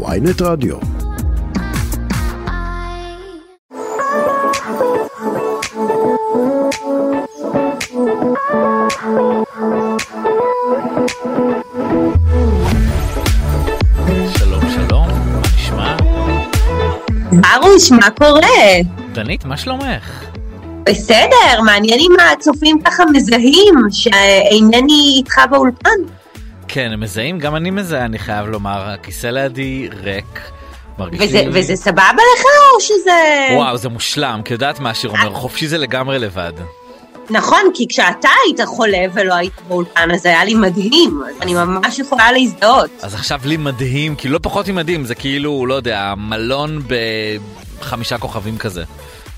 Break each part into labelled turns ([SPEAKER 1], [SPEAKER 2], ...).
[SPEAKER 1] ויינט רדיו.
[SPEAKER 2] שלום, שלום, מה נשמע?
[SPEAKER 3] ברוש, מה קורה?
[SPEAKER 2] דנית, מה שלומך?
[SPEAKER 3] בסדר, מעניין אם הצופים ככה מזהים שאינני איתך באולפן.
[SPEAKER 2] כן, הם מזהים, גם אני מזהה, אני חייב לומר, הכיסא לידי ריק. מרגישים...
[SPEAKER 3] וזה, וזה סבבה לך או שזה...
[SPEAKER 2] וואו, זה מושלם, כי יודעת מה השיר
[SPEAKER 3] אה.
[SPEAKER 2] אומר, חופשי זה לגמרי לבד.
[SPEAKER 3] נכון, כי כשאתה היית חולה ולא היית באולפן, אז היה לי מדהים, אז אני ממש יכולה להזדהות.
[SPEAKER 2] אז עכשיו לי מדהים, כאילו לא פחות ממדהים, זה כאילו, לא יודע, מלון בחמישה כוכבים כזה.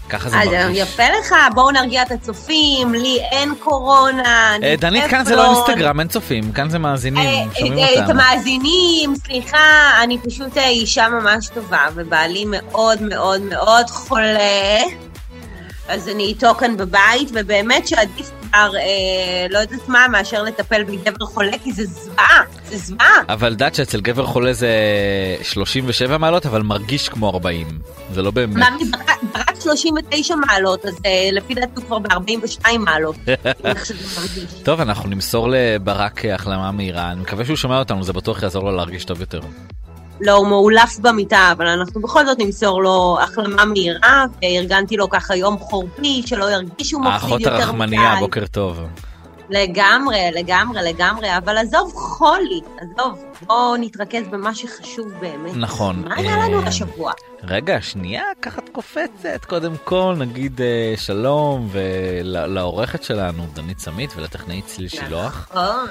[SPEAKER 2] ככה זה
[SPEAKER 3] אז
[SPEAKER 2] מרגיש.
[SPEAKER 3] אה, יפה לך, בואו נרגיע את הצופים, לי אין קורונה, אני
[SPEAKER 2] אה, דנית, כאן זה לא
[SPEAKER 3] טפלון.
[SPEAKER 2] אינסטגרם, אין צופים, כאן זה מאזינים,
[SPEAKER 3] אה,
[SPEAKER 2] שומעים
[SPEAKER 3] אה, את
[SPEAKER 2] אותנו.
[SPEAKER 3] המאזינים, סליחה, אני פשוט אה, אישה ממש טובה, ובעלי מאוד מאוד מאוד חולה, אז אני איתו כאן בבית, ובאמת שעדיף כבר, אה, לא יודעת מה, מאשר לטפל בגבר חולה, כי זה זוועה, זה זוועה.
[SPEAKER 2] אבל יודעת שאצל גבר חולה זה 37 מעלות, אבל מרגיש כמו 40. זה לא באמת.
[SPEAKER 3] אמרתי, ברק- ברק 39 מעלות, אז אה, לפי דעתי הוא כבר ב-42 מעלות. איך שזה מרגיש.
[SPEAKER 2] טוב, אנחנו נמסור לברק החלמה מהירה, אני מקווה שהוא שומע אותנו, זה בטוח יעזור לו להרגיש טוב יותר.
[SPEAKER 3] לא, הוא מאולף במיטה, אבל אנחנו בכל זאת נמסור לו החלמה מהירה, וארגנתי לו ככה יום חורפי, שלא ירגיש שהוא מפסיד יותר
[SPEAKER 2] האחות
[SPEAKER 3] מדי.
[SPEAKER 2] הרחמנייה, בוקר טוב.
[SPEAKER 3] לגמרי, לגמרי, לגמרי, אבל עזוב חולי, עזוב, בואו נתרכז במה שחשוב באמת.
[SPEAKER 2] נכון.
[SPEAKER 3] מה היה לנו
[SPEAKER 2] אה,
[SPEAKER 3] השבוע?
[SPEAKER 2] רגע, שנייה, ככה את קופצת. קודם כל, נגיד אה, שלום ולעורכת שלנו, דנית סמית, ולטכנאית צליל שילוח.
[SPEAKER 3] נכון.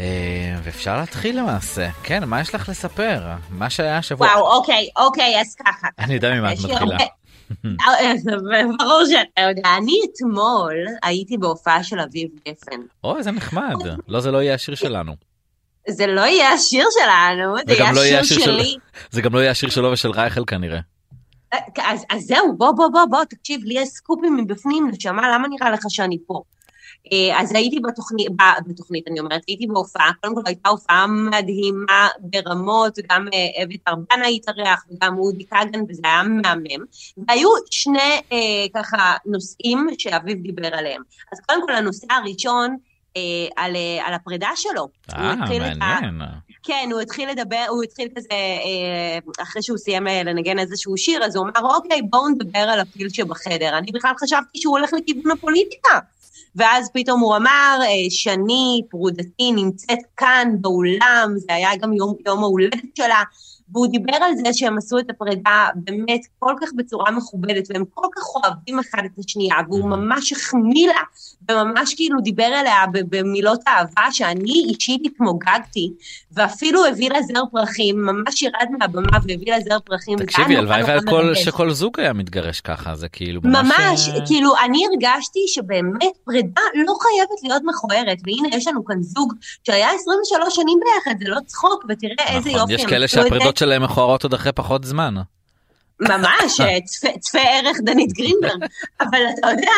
[SPEAKER 2] אה, ואפשר להתחיל למעשה. כן, מה יש לך לספר? מה שהיה השבוע...
[SPEAKER 3] וואו, אוקיי, אוקיי, אז ככה.
[SPEAKER 2] אני יודע ממה את
[SPEAKER 3] יש לי
[SPEAKER 2] מתחילה.
[SPEAKER 3] הרבה- ברור שאתה יודע. אני אתמול הייתי בהופעה של אביב גפן.
[SPEAKER 2] אוי, זה נחמד. לא, זה לא יהיה השיר שלנו.
[SPEAKER 3] זה לא יהיה השיר שלנו, זה
[SPEAKER 2] וגם לא יהיה
[SPEAKER 3] יהיה
[SPEAKER 2] השיר
[SPEAKER 3] השיר
[SPEAKER 2] של-
[SPEAKER 3] שלי.
[SPEAKER 2] זה גם לא יהיה השיר שלו ושל רייכל כנראה.
[SPEAKER 3] אז, אז זהו, בוא, בוא, בוא, בוא, תקשיב, לי יש סקופים מבפנים, נשמה, למה נראה לך שאני פה? אה, אז הייתי בתוכנית, ב- בתוכנית, אני אומרת, הייתי בהופעה, קודם כל הייתה הופעה מדהימה ברמות, גם אה, אביתר ארבנה התארח, וגם אודי כגן, וזה היה מהמם. והיו שני אה, ככה נושאים שאביב דיבר עליהם. אז קודם כל הנושא הראשון, אה, על, אה, על הפרידה שלו.
[SPEAKER 2] אה,
[SPEAKER 3] הוא התחיל את ה-
[SPEAKER 2] מעניין.
[SPEAKER 3] כן, הוא התחיל לדבר, הוא התחיל כזה, אה, אחרי שהוא סיים אה, לנגן איזשהו שיר, אז הוא אמר, אוקיי, בואו נדבר על הפיל שבחדר. אני בכלל חשבתי שהוא הולך לכיוון הפוליטיקה. ואז פתאום הוא אמר, אה, שני, פרודתי, נמצאת כאן באולם, זה היה גם יום, יום ההולדת שלה, והוא דיבר על זה שהם עשו את הפרידה באמת כל כך בצורה מכובדת, והם כל כך אוהבים אחד את השנייה, והוא ממש החמיא לה, וממש כאילו דיבר אליה ב- במילות אהבה שאני אישית התמוגגתי, ואפילו הביא לה זר פרחים, ממש ירד מהבמה והביא לה זר פרחים. וזה היה
[SPEAKER 2] תקשיבי,
[SPEAKER 3] נורא
[SPEAKER 2] הלוואי
[SPEAKER 3] נורא
[SPEAKER 2] ועל כל-
[SPEAKER 3] מרגש.
[SPEAKER 2] שכל זוג היה מתגרש ככה, זה כאילו ממש...
[SPEAKER 3] ממש,
[SPEAKER 2] אה,
[SPEAKER 3] כאילו, אני הרגשתי שבאמת פרידה לא חייבת להיות מכוערת, והנה יש לנו כאן זוג שהיה 23 שנים ביחד, זה לא צחוק, ותראה איזה
[SPEAKER 2] נכון,
[SPEAKER 3] יופי.
[SPEAKER 2] יש
[SPEAKER 3] הם
[SPEAKER 2] כאלה
[SPEAKER 3] עשו את זה.
[SPEAKER 2] שהפרידות שלהם מכוערות עוד אחרי פחות זמן.
[SPEAKER 3] ממש, אה, צפה- צפה ערך דנית גרינברג. אבל אתה יודע,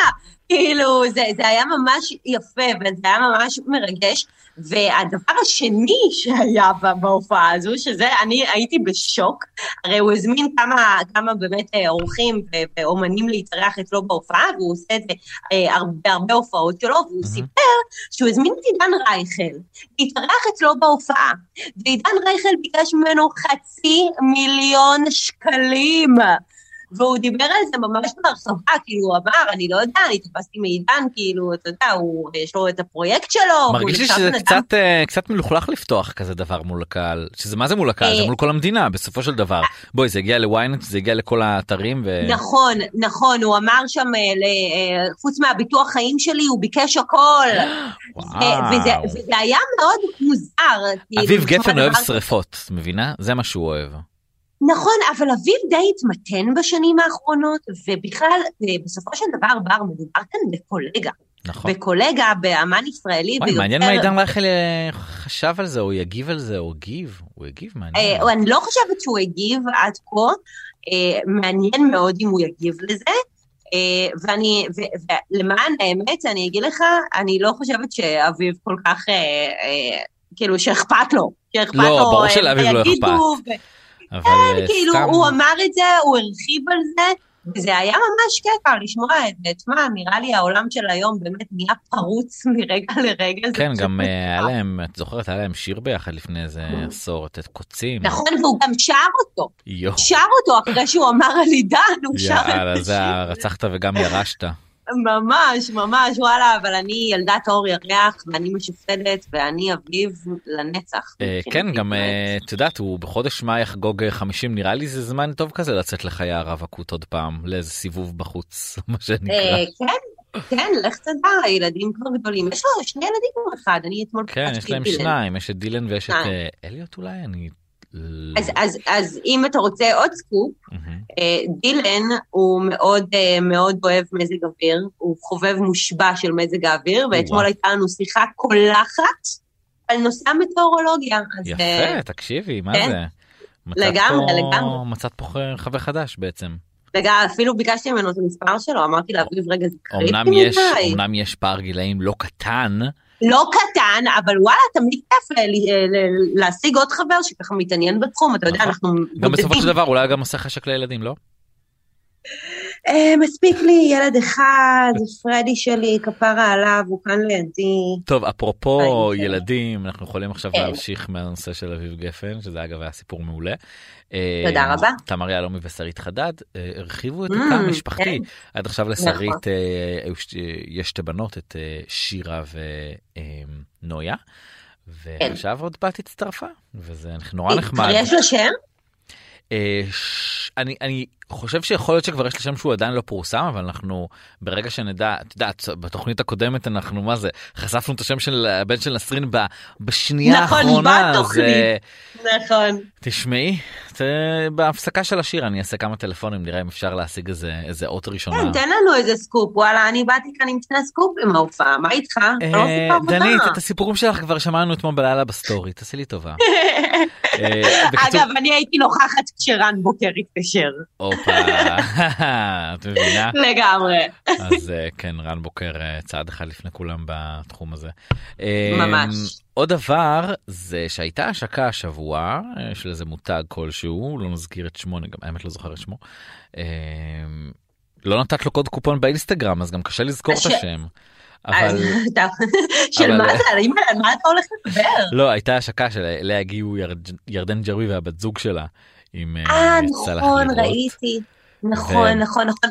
[SPEAKER 3] כאילו, זה, זה היה ממש יפה, וזה היה ממש מרגש. והדבר השני שהיה ב- בהופעה הזו, שזה, אני הייתי בשוק, הרי הוא הזמין כמה, כמה באמת אה, אורחים ו- ואומנים להתארח אצלו בהופעה, והוא עושה את זה אה, הרבה הרבה הופעות שלו, והוא
[SPEAKER 2] Mhm.
[SPEAKER 3] סיפר שהוא הזמין את עידן רייכל להתארח אצלו בהופעה. ועידן רייכל ביקש ממנו חצי מיליון שקלים. והוא דיבר על זה ממש בהרחבה, כאילו, הוא אמר, אני לא יודע, אני תפסתי מעידן, כאילו, אתה יודע, הוא, יש לו את הפרויקט שלו. והוא
[SPEAKER 2] מרגיש לי
[SPEAKER 3] נחשב
[SPEAKER 2] שזה
[SPEAKER 3] בן אדם
[SPEAKER 2] קצת אה, קצת מלוכלך לפתוח כזה דבר מול הקהל. שזה מה זה מול הקהל? זה
[SPEAKER 3] אה,
[SPEAKER 2] מול כל המדינה, בסופו של דבר. בואי, זה הגיע לוויינט, זה הגיע לכל האתרים, ו...
[SPEAKER 3] נכון, נכון, הוא אמר שם, אה, ל- אה, חוץ מהביטוח חיים שלי, הוא ביקש הכל. אה, וזה,
[SPEAKER 2] וואו.
[SPEAKER 3] וזה היה מאוד מוזר. כאילו,
[SPEAKER 2] אביב
[SPEAKER 3] לשמוע
[SPEAKER 2] גפן
[SPEAKER 3] דבר
[SPEAKER 2] אוהב
[SPEAKER 3] כזה.
[SPEAKER 2] שריפות, את מבינה? זה מה שהוא אוהב.
[SPEAKER 3] נכון, אבל אביב די התמתן בשנים האחרונות, ובכלל, אה, בסופו של דבר, בר, מדובר כאן בקולגה.
[SPEAKER 2] נכון.
[SPEAKER 3] בקולגה, באמן ישראלי,
[SPEAKER 2] וואי,
[SPEAKER 3] ויותר-
[SPEAKER 2] מעניין מה עידן רייכל אה, חשב על זה, הוא יגיב על זה, הוא הגיב, הוא הגיב, מעניין.
[SPEAKER 3] אה, אני לא חושבת שהוא הגיב עד כה, אה, מעניין מאוד אם הוא יגיב לזה. אה, ואני, ו- ולמען האמת, אני אגיד לך, אני לא חושבת שאביב כל כך, אה, אה, כאילו, שאכפת לו. שאכפת
[SPEAKER 2] לא,
[SPEAKER 3] לו,
[SPEAKER 2] ברור
[SPEAKER 3] אה,
[SPEAKER 2] שלאביב לא
[SPEAKER 3] ויגידו,
[SPEAKER 2] אכפת.
[SPEAKER 3] ו-
[SPEAKER 2] אבל
[SPEAKER 3] כן,
[SPEAKER 2] אה,
[SPEAKER 3] כאילו,
[SPEAKER 2] סתם...
[SPEAKER 3] הוא אמר את זה, הוא הרחיב על זה, וזה היה ממש קטע לשמוע את זה. תשמע, נראה לי העולם של היום באמת נהיה פרוץ מרגע לרגע. זה
[SPEAKER 2] כן,
[SPEAKER 3] פשוט
[SPEAKER 2] גם אה,
[SPEAKER 3] מטורף.
[SPEAKER 2] היה להם, את זוכרת, היה להם שיר ביחד לפני איזה עשור, את קוצים.
[SPEAKER 3] נכון, והוא גם שר אותו.
[SPEAKER 2] יואו.
[SPEAKER 3] שר אותו אחרי שהוא אמר על עידן, הוא שר את
[SPEAKER 2] יאללה,
[SPEAKER 3] השיר.
[SPEAKER 2] זה הרצחת וגם ירשת. אה,
[SPEAKER 3] ממש, ממש, וואלה, אבל אני ילדת אור ירח, ואני משופדת, ואני אביב לנצח.
[SPEAKER 2] אה, כן, גם, אה, את יודעת, הוא בחודש מאי יחגוג אה, 50, נראה לי זה זמן טוב כזה לצאת לחיי הרווקות עוד פעם, לאיזה סיבוב בחוץ, מה שנקרא.
[SPEAKER 3] אה, כן, כן, לך תדע, הילדים כבר גדולים. יש לו שני ילדים או אחד, אני אתמול...
[SPEAKER 2] כן, יש
[SPEAKER 3] פגשתי
[SPEAKER 2] להם
[SPEAKER 3] את הילד.
[SPEAKER 2] שניים, יש את דילן ויש את
[SPEAKER 3] שניים.
[SPEAKER 2] אה, אליוט אולי, אני... לא-
[SPEAKER 3] אז, אז, אז אם אתה רוצה עוד סקופ,
[SPEAKER 2] מהמם.
[SPEAKER 3] אה, דילן הוא מאוד אה, מאוד אוהב מזג אוויר, הוא חובב מושבע של מזג האוויר, ואתמול
[SPEAKER 2] וואו.
[SPEAKER 3] הייתה לנו שיחה קולחת על נושא המטאורולוגיה. אז, אה,
[SPEAKER 2] יפה, תקשיבי, מה
[SPEAKER 3] כן.
[SPEAKER 2] זה? מצאת
[SPEAKER 3] לגמרי,
[SPEAKER 2] פה-
[SPEAKER 3] לגמרי.
[SPEAKER 2] מצאת פה חבר חדש בעצם.
[SPEAKER 3] רגע, אפילו ביקשתי ממנו את המספר שלו, אמרתי לאביב, רגע, זה קריטי
[SPEAKER 2] אמנם יש,
[SPEAKER 3] מדי.
[SPEAKER 2] אמנם יש פער גילאים לא קטן,
[SPEAKER 3] לא קטן, אבל וואלה, תמיד כיף אה, ל- אה, ל- להשיג עוד חבר שככה מתעניין בתחום, אתה יודע,
[SPEAKER 2] נכון.
[SPEAKER 3] אנחנו
[SPEAKER 2] גם בסופו
[SPEAKER 3] בודדים.
[SPEAKER 2] של דבר אולי גם עושה חשק לילדים, לא?
[SPEAKER 3] אה, מספיק לי ילד אחד, פרדי שלי, כפרה עליו, הוא כאן לידי.
[SPEAKER 2] טוב, אפרופו
[SPEAKER 3] חיים שלו.
[SPEAKER 2] ילדים, אנחנו יכולים עכשיו
[SPEAKER 3] אה, אוקיי. כן.
[SPEAKER 2] להמשיך מהנושא של אביב גפן, שזה אגב היה סיפור מעולה. אה,
[SPEAKER 3] תודה רבה.
[SPEAKER 2] תמר יהלומי ושרית חדד אה, הרחיבו את
[SPEAKER 3] Mm,
[SPEAKER 2] התא המשפחתי.
[SPEAKER 3] כן.
[SPEAKER 2] עד עכשיו לשרית אה, היו שתי- יש שתי בנות, את אה, שירה ונויה, ועכשיו עוד בת הצטרפה, וזה נורא נחמד.
[SPEAKER 3] כן. כבר אה, יש לו שם?
[SPEAKER 2] אה, ש- אני, אני חושב שיכול להיות שכבר יש לי שם שהוא עדיין לא פורסם, אבל אנחנו ברגע שנדע, את יודעת, בתוכנית הקודמת אנחנו, מה זה, חשפנו את השם של הבן של נסרין ב, בשנייה
[SPEAKER 3] נכון,
[SPEAKER 2] האחרונה, אז
[SPEAKER 3] בתוכנית.
[SPEAKER 2] אה,
[SPEAKER 3] נכון.
[SPEAKER 2] תשמעי, זה- בהפסקה של השיר אני אעשה כמה טלפונים, נראה אם אפשר להשיג איזה, איזה אות ראשונה.
[SPEAKER 3] כן, תן לנו איזה סקופ, וואלה, אני באתי כאן עם שני סקופים מההופעה, מה איתך? אתה לא
[SPEAKER 2] אה,
[SPEAKER 3] סיפרת אותה.
[SPEAKER 2] דנית, את הסיפורים שלך כבר שמענו אתמול בלילה בסטורי, תעשי לי טובה. אה, בקיצור-
[SPEAKER 3] אגב, אני הייתי נוכחת כשרן בוקר התקשר,
[SPEAKER 2] הופה, את מבינה?
[SPEAKER 3] לגמרי.
[SPEAKER 2] אז אה, כן, רן בוקר אה, צעד אחד לפני כולם בתחום הזה. אה,
[SPEAKER 3] ממש.
[SPEAKER 2] עוד דבר זה שהייתה השקה השבוע אה, של איזה מותג כלשהו, לא נזכיר את שמו, אני גם האמת לא זוכר את שמו. אה, לא נתת לו קוד קופון באינסטגרם, אז גם קשה לזכור את
[SPEAKER 3] אז ש- אה, לא.
[SPEAKER 2] השם.
[SPEAKER 3] אז
[SPEAKER 2] אבל
[SPEAKER 3] אתה- של
[SPEAKER 2] אבל-
[SPEAKER 3] מה זה, אימא, על מה אתה הולך לדבר?
[SPEAKER 2] לא, הייתה השקה שאליה הגיעו ירד- ירדן ג'רוי והבת זוג שלה. אם אה,
[SPEAKER 3] אה,
[SPEAKER 2] יצא לך
[SPEAKER 3] נכון,
[SPEAKER 2] לראות.
[SPEAKER 3] ראיתי. נכון,
[SPEAKER 2] ו-
[SPEAKER 3] נכון, נכון.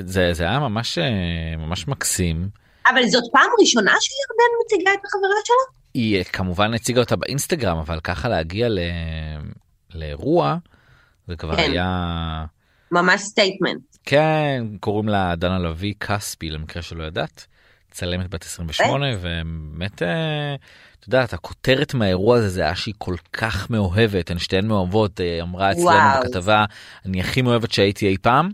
[SPEAKER 2] זה זה היה ממש אה, ממש מקסים.
[SPEAKER 3] אבל זאת פעם ראשונה שירדן מציגה את החברה שלה?
[SPEAKER 2] היא אה, כמובן הציגה אותה באינסטגרם, אבל ככה להגיע ל... לאירוע, זה כבר
[SPEAKER 3] כן.
[SPEAKER 2] היה...
[SPEAKER 3] ממש סטייטמנט.
[SPEAKER 2] כן, קוראים לה דנה לביא כספי, למקרה שלא ידעת. צלמת בת 28,
[SPEAKER 3] כן.
[SPEAKER 2] ובאמת, אה, את יודעת, הכותרת מהאירוע הזה זה היה שהיא כל כך מאוהבת, הן שתיהן מאוהבות, אה, אמרה אצלנו
[SPEAKER 3] וואו.
[SPEAKER 2] בכתבה, אני הכי מאוהבת שהייתי אי פעם.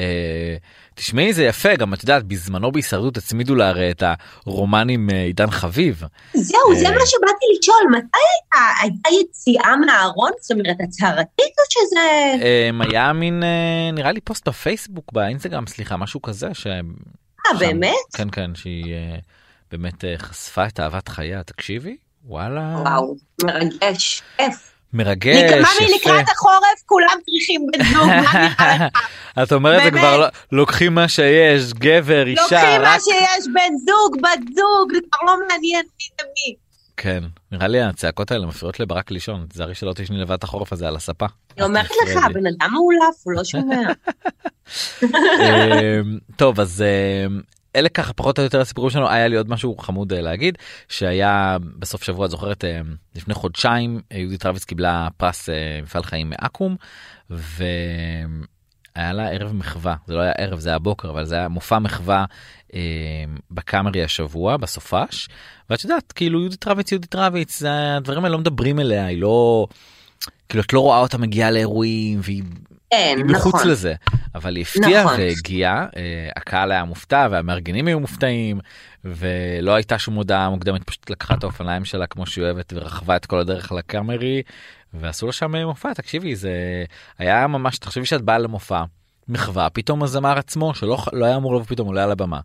[SPEAKER 2] אה, תשמעי, זה יפה, גם את יודעת, בזמנו בהישרדות הצמידו לה הרי את הרומן עם אה, עידן חביב.
[SPEAKER 3] זהו, זה
[SPEAKER 2] אה.
[SPEAKER 3] מה שבאתי לשאול, מתי הייתה- הייתה יציאה מהארון? זאת אומרת, הצהרתית או שזה...
[SPEAKER 2] אמ, היה מין אה, נראה לי פוסט בפייסבוק באינסטגרם סליחה משהו כזה ש...
[SPEAKER 3] אה, באמת?
[SPEAKER 2] כן כן שהיא אה, באמת אה, חשפה את אהבת חייה תקשיבי וואלה
[SPEAKER 3] וואו, מרגש. כיף.
[SPEAKER 2] מרגש
[SPEAKER 3] נקמה
[SPEAKER 2] כן, יפה.
[SPEAKER 3] לקראת החורף, כולם צריכים בן זוג, מה נראה לך?
[SPEAKER 2] את אומרת זה
[SPEAKER 3] באמת.
[SPEAKER 2] כבר לא- לוקחים מה שיש גבר אישה
[SPEAKER 3] לוקחים מה
[SPEAKER 2] רק
[SPEAKER 3] שיש, בן זוג, בת זוג, זה כבר לא מעניין מי זה מי.
[SPEAKER 2] כן נראה לי הצעקות האלה מפריעות לברק לישון תזהרי שלא תשני לבד את החורף הזה על הספה.
[SPEAKER 3] אני אומרת
[SPEAKER 2] את לא
[SPEAKER 3] לך,
[SPEAKER 2] מפריעה לי.
[SPEAKER 3] הבן אדם מאולף, הוא לא שומע.
[SPEAKER 2] אמ, טוב אז אמ, אלה ככה פחות או יותר הסיפורים שלנו היה לי עוד משהו חמוד אה, להגיד שהיה בסוף שבוע את זוכרת אמ, לפני חודשיים אה, יהודית רביץ קיבלה פרס אה, מפעל חיים מאקו"ם והיה לה ערב מחווה זה לא היה ערב זה היה בוקר אבל זה היה מופע מחווה אמ, בקאמרי השבוע בסופש ואת יודעת כאילו יהודית רביץ יהודית רביץ זה- הדברים האלה לא מדברים אליה היא לא. כאילו את לא רואה אותה מגיעה לאירועים והיא
[SPEAKER 3] כן,
[SPEAKER 2] היא מחוץ
[SPEAKER 3] נכון.
[SPEAKER 2] לזה אבל היא הפתיעה
[SPEAKER 3] נכון.
[SPEAKER 2] והגיעה אה, הקהל היה מופתע והמארגנים היו מופתעים ולא הייתה שום הודעה מוקדמת פשוט לקחה את האופניים שלה כמו שהיא אוהבת ורכבה את כל הדרך לקאמרי ועשו לה שם אה, מופע תקשיבי זה היה ממש תחשבי שאת באה למופע מחווה פתאום הזמר עצמו שלא ח- לא היה אמור לבוא פתאום עולה על לא הבמה.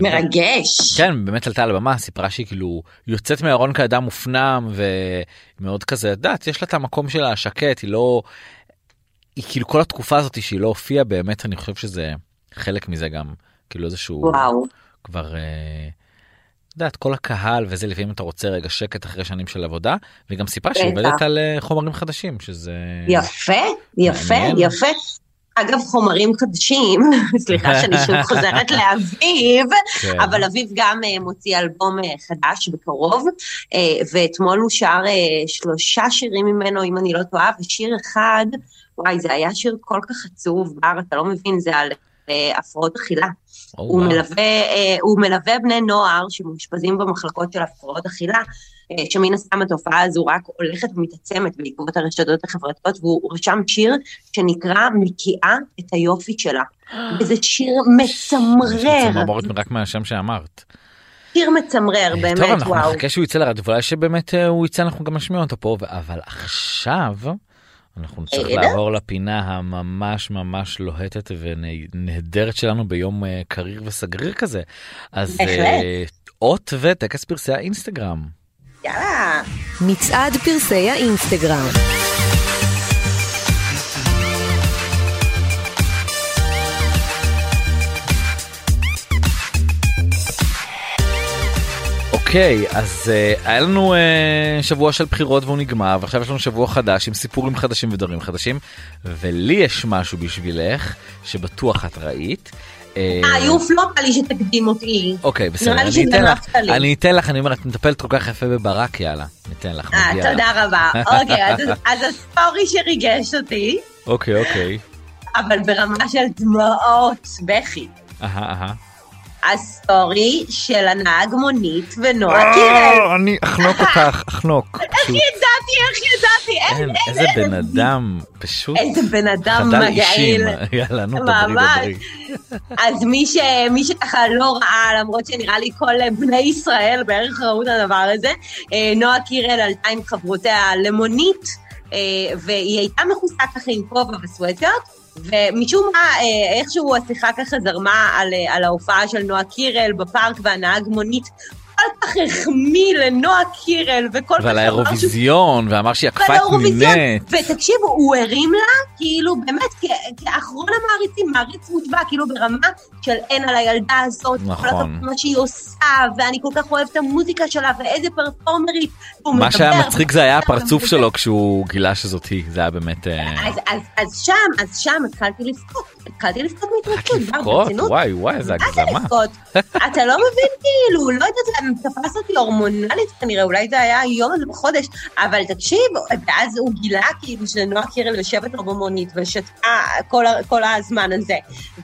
[SPEAKER 3] מרגש.
[SPEAKER 2] כן, באמת עלתה על הבמה, סיפרה שהיא כאילו יוצאת מהארון כאדם מופנם ומאוד כזה, את יודעת, יש לה את המקום שלה השקט, היא לא... היא כאילו כל התקופה הזאת שהיא לא הופיעה באמת, אני חושב שזה חלק מזה גם, כאילו איזשהו...
[SPEAKER 3] וואו.
[SPEAKER 2] כבר, אה, את יודעת, כל הקהל וזה, לפעמים אתה רוצה רגע שקט אחרי שנים של עבודה, והיא גם סיפרה שהיא
[SPEAKER 3] בטח.
[SPEAKER 2] עובדת על אה, חומרים חדשים, שזה...
[SPEAKER 3] יפה, יפה,
[SPEAKER 2] מעניין.
[SPEAKER 3] יפה. אגב, חומרים חדשים, סליחה שאני שוב חוזרת לאביב,
[SPEAKER 2] כן.
[SPEAKER 3] אבל אביב גם אה, מוציא אלבום אה, חדש בקרוב, אה, ואתמול הוא שר אה, שלושה שירים ממנו, אם אני לא טועה, ושיר אחד, וואי, זה היה שיר כל כך עצוב, בר, אתה לא מבין, זה על אה, הפרעות אכילה.
[SPEAKER 2] או,
[SPEAKER 3] הוא
[SPEAKER 2] וואו.
[SPEAKER 3] מלווה, אה, הוא מלווה בני נוער שמאושפזים במחלקות של הפרעות אכילה, אה, שמן הסתם התופעה הזו רק הולכת ומתעצמת בעקבות הרשתות החברתיות, והוא רשם שיר שנקרא "מקיאה את היופי שלה". וזה שיר
[SPEAKER 2] יש לי
[SPEAKER 3] מצמרר,
[SPEAKER 2] צמרמורת רק מהשם שאמרת.
[SPEAKER 3] שיר מצמרר, באמת,
[SPEAKER 2] אה, טוב, אנחנו
[SPEAKER 3] וואו.
[SPEAKER 2] נחכה שהוא יצא לרדיו, ואולי שבאמת אה, הוא יצא, אנחנו גם נשמיע אותו פה, ו- אבל עכשיו אנחנו נצטרך
[SPEAKER 3] אה,
[SPEAKER 2] לעבור לפינה הממש ממש לוהטת ונהדרת שלנו ביום אה, קריר וסגריר כזה. אז אה,
[SPEAKER 3] בהחלט.
[SPEAKER 2] אות וטקס פרסי האינסטגרם.
[SPEAKER 3] יאללה.
[SPEAKER 1] מצעד פרסי האינסטגרם.
[SPEAKER 2] אוקיי, אז אה, היה לנו אה, שבוע של בחירות והוא נגמר, ועכשיו יש לנו שבוע חדש עם סיפורים חדשים ודברים חדשים, ולי יש משהו בשבילך שבטוח את ראית. אה,
[SPEAKER 3] אה, היו פלופ לי שתקדים אותי.
[SPEAKER 2] אוקיי, בסדר,
[SPEAKER 3] לי
[SPEAKER 2] אני אתן לך,
[SPEAKER 3] שגנבת לי.
[SPEAKER 2] אני אתן לך, אני אומר, את מטפלת כל כך יפה בברק, יאללה, ניתן לך,
[SPEAKER 3] אה,
[SPEAKER 2] מגיע לך.
[SPEAKER 3] תודה רבה. אוקיי, אז- אז הסטורי שריגש אותי,
[SPEAKER 2] אוקיי, אוקיי,
[SPEAKER 3] אבל ברמה של דמעות, בכי.
[SPEAKER 2] אהה, אהה.
[SPEAKER 3] הסטורי של הנהג מונית
[SPEAKER 2] אה!
[SPEAKER 3] ונועה קירל.
[SPEAKER 2] אני אחנוק אותך, אחנוק.
[SPEAKER 3] איך ידעתי, איך ידעתי, אין,
[SPEAKER 2] אין,
[SPEAKER 3] אין,
[SPEAKER 2] איזה בן אדם, פשוט.
[SPEAKER 3] איזה בן אדם
[SPEAKER 2] אה, חדל
[SPEAKER 3] מגעיל.
[SPEAKER 2] אישים. יאללה, נו, דברי,
[SPEAKER 3] ממש.
[SPEAKER 2] דברי.
[SPEAKER 3] אז מי, ש... מי שככה לא ראה, למרות שנראה לי כל בני ישראל בערך ראו את הדבר הזה, אה, נועה קירל עלתה עם חברותיה למונית, אה, והיא הייתה מכוסה ככה עם כובע וסוואטר, ומשום מה, אה, איכשהו השיחה ככה זרמה על, אה, על ההופעה של נועה קירל בפארק, והנהג מונית כל כך החמיא לנועה קירל, וכל כך
[SPEAKER 2] ועל
[SPEAKER 3] אמר שהוא
[SPEAKER 2] האירוויזיון, ואמר שהיא עקפה את
[SPEAKER 3] ולאירוויזיון.
[SPEAKER 2] נינט.
[SPEAKER 3] ותקשיבו, הוא הרים לה, כאילו, באמת, כ- כאחרון המעריצים, מעריץ מושבע, כאילו ברמה של אין על הילדה הזאת,
[SPEAKER 2] נכון.
[SPEAKER 3] כל הכבוד מה שהיא עושה, ואני כל כך אוהב את המוזיקה שלה, ואיזה פרפורמרית. הוא
[SPEAKER 2] מה שהיה
[SPEAKER 3] מדבר,
[SPEAKER 2] מצחיק זה היה
[SPEAKER 3] מדבר,
[SPEAKER 2] הפרצוף
[SPEAKER 3] מדבר.
[SPEAKER 2] שלו כשהוא גילה שזאת היא, זה היה באמת... אה,
[SPEAKER 3] אז, אז, אז שם, אז שם התחלתי לבכות, התחלתי לבכות
[SPEAKER 2] רק
[SPEAKER 3] מהתרגשות, בר,
[SPEAKER 2] לבכות,
[SPEAKER 3] ברצינות.
[SPEAKER 2] וואי וואי, איזה
[SPEAKER 3] מה זה
[SPEAKER 2] הגזמה.
[SPEAKER 3] לבכות? אתה לא מבין כאילו, לא יודעת, זה תפס אותי הורמונלית כנראה, אולי זה היה היום הזה בחודש, אבל תקשיב, ואז הוא גילה כאילו שנועה קירל יושבת לו במונית ושתקה כל, ה- כל הזמן הזה,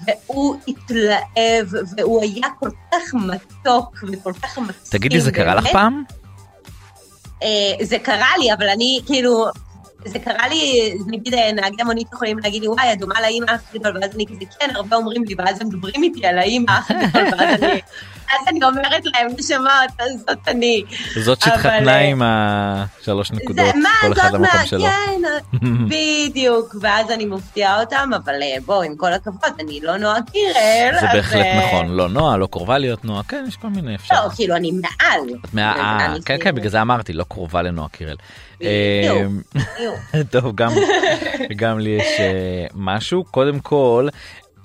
[SPEAKER 3] והוא התלהב, והוא היה כל כך מתוק וכל כך מקסים.
[SPEAKER 2] תגידי, זה קרה לך
[SPEAKER 3] באמת.
[SPEAKER 2] פעם?
[SPEAKER 3] אה, זה קרה לי, אבל אני כאילו... זה קרה לי, נגיד אה, נהגי מונית יכולים להגיד לי, וואי, את דומה לאימא הכי גדול, ואז אני כזה, כן, הרבה אומרים לי, ואז הם מדברים איתי על האימא הכי גדול, ואז אני, אז אני אומרת להם, נשמה, את- זאת אני.
[SPEAKER 2] זאת
[SPEAKER 3] אבל,
[SPEAKER 2] שהתחתנה
[SPEAKER 3] אה,
[SPEAKER 2] עם השלוש נקודות,
[SPEAKER 3] זה- מה,
[SPEAKER 2] כל אחד
[SPEAKER 3] זאת מה,
[SPEAKER 2] למקום שלו.
[SPEAKER 3] כן, בדיוק, ואז אני מפתיעה אותם, אבל אה, בואו, עם כל הכבוד, אני לא נועה קירל.
[SPEAKER 2] זה
[SPEAKER 3] אז,
[SPEAKER 2] בהחלט
[SPEAKER 3] אה,
[SPEAKER 2] נכון, לא נועה, לא קרובה להיות נועה, כן, יש כל מיני אפשר.
[SPEAKER 3] לא, כאילו, אני מעל.
[SPEAKER 2] את מה... אה,
[SPEAKER 3] אני
[SPEAKER 2] כן, כן,
[SPEAKER 3] כאילו-
[SPEAKER 2] בגלל זה אמרתי, לא קרובה לנועה קירל.
[SPEAKER 3] בדיוק.
[SPEAKER 2] אה,
[SPEAKER 3] בדיוק.
[SPEAKER 2] טוב, גם, גם לי יש uh, משהו. קודם כל, um,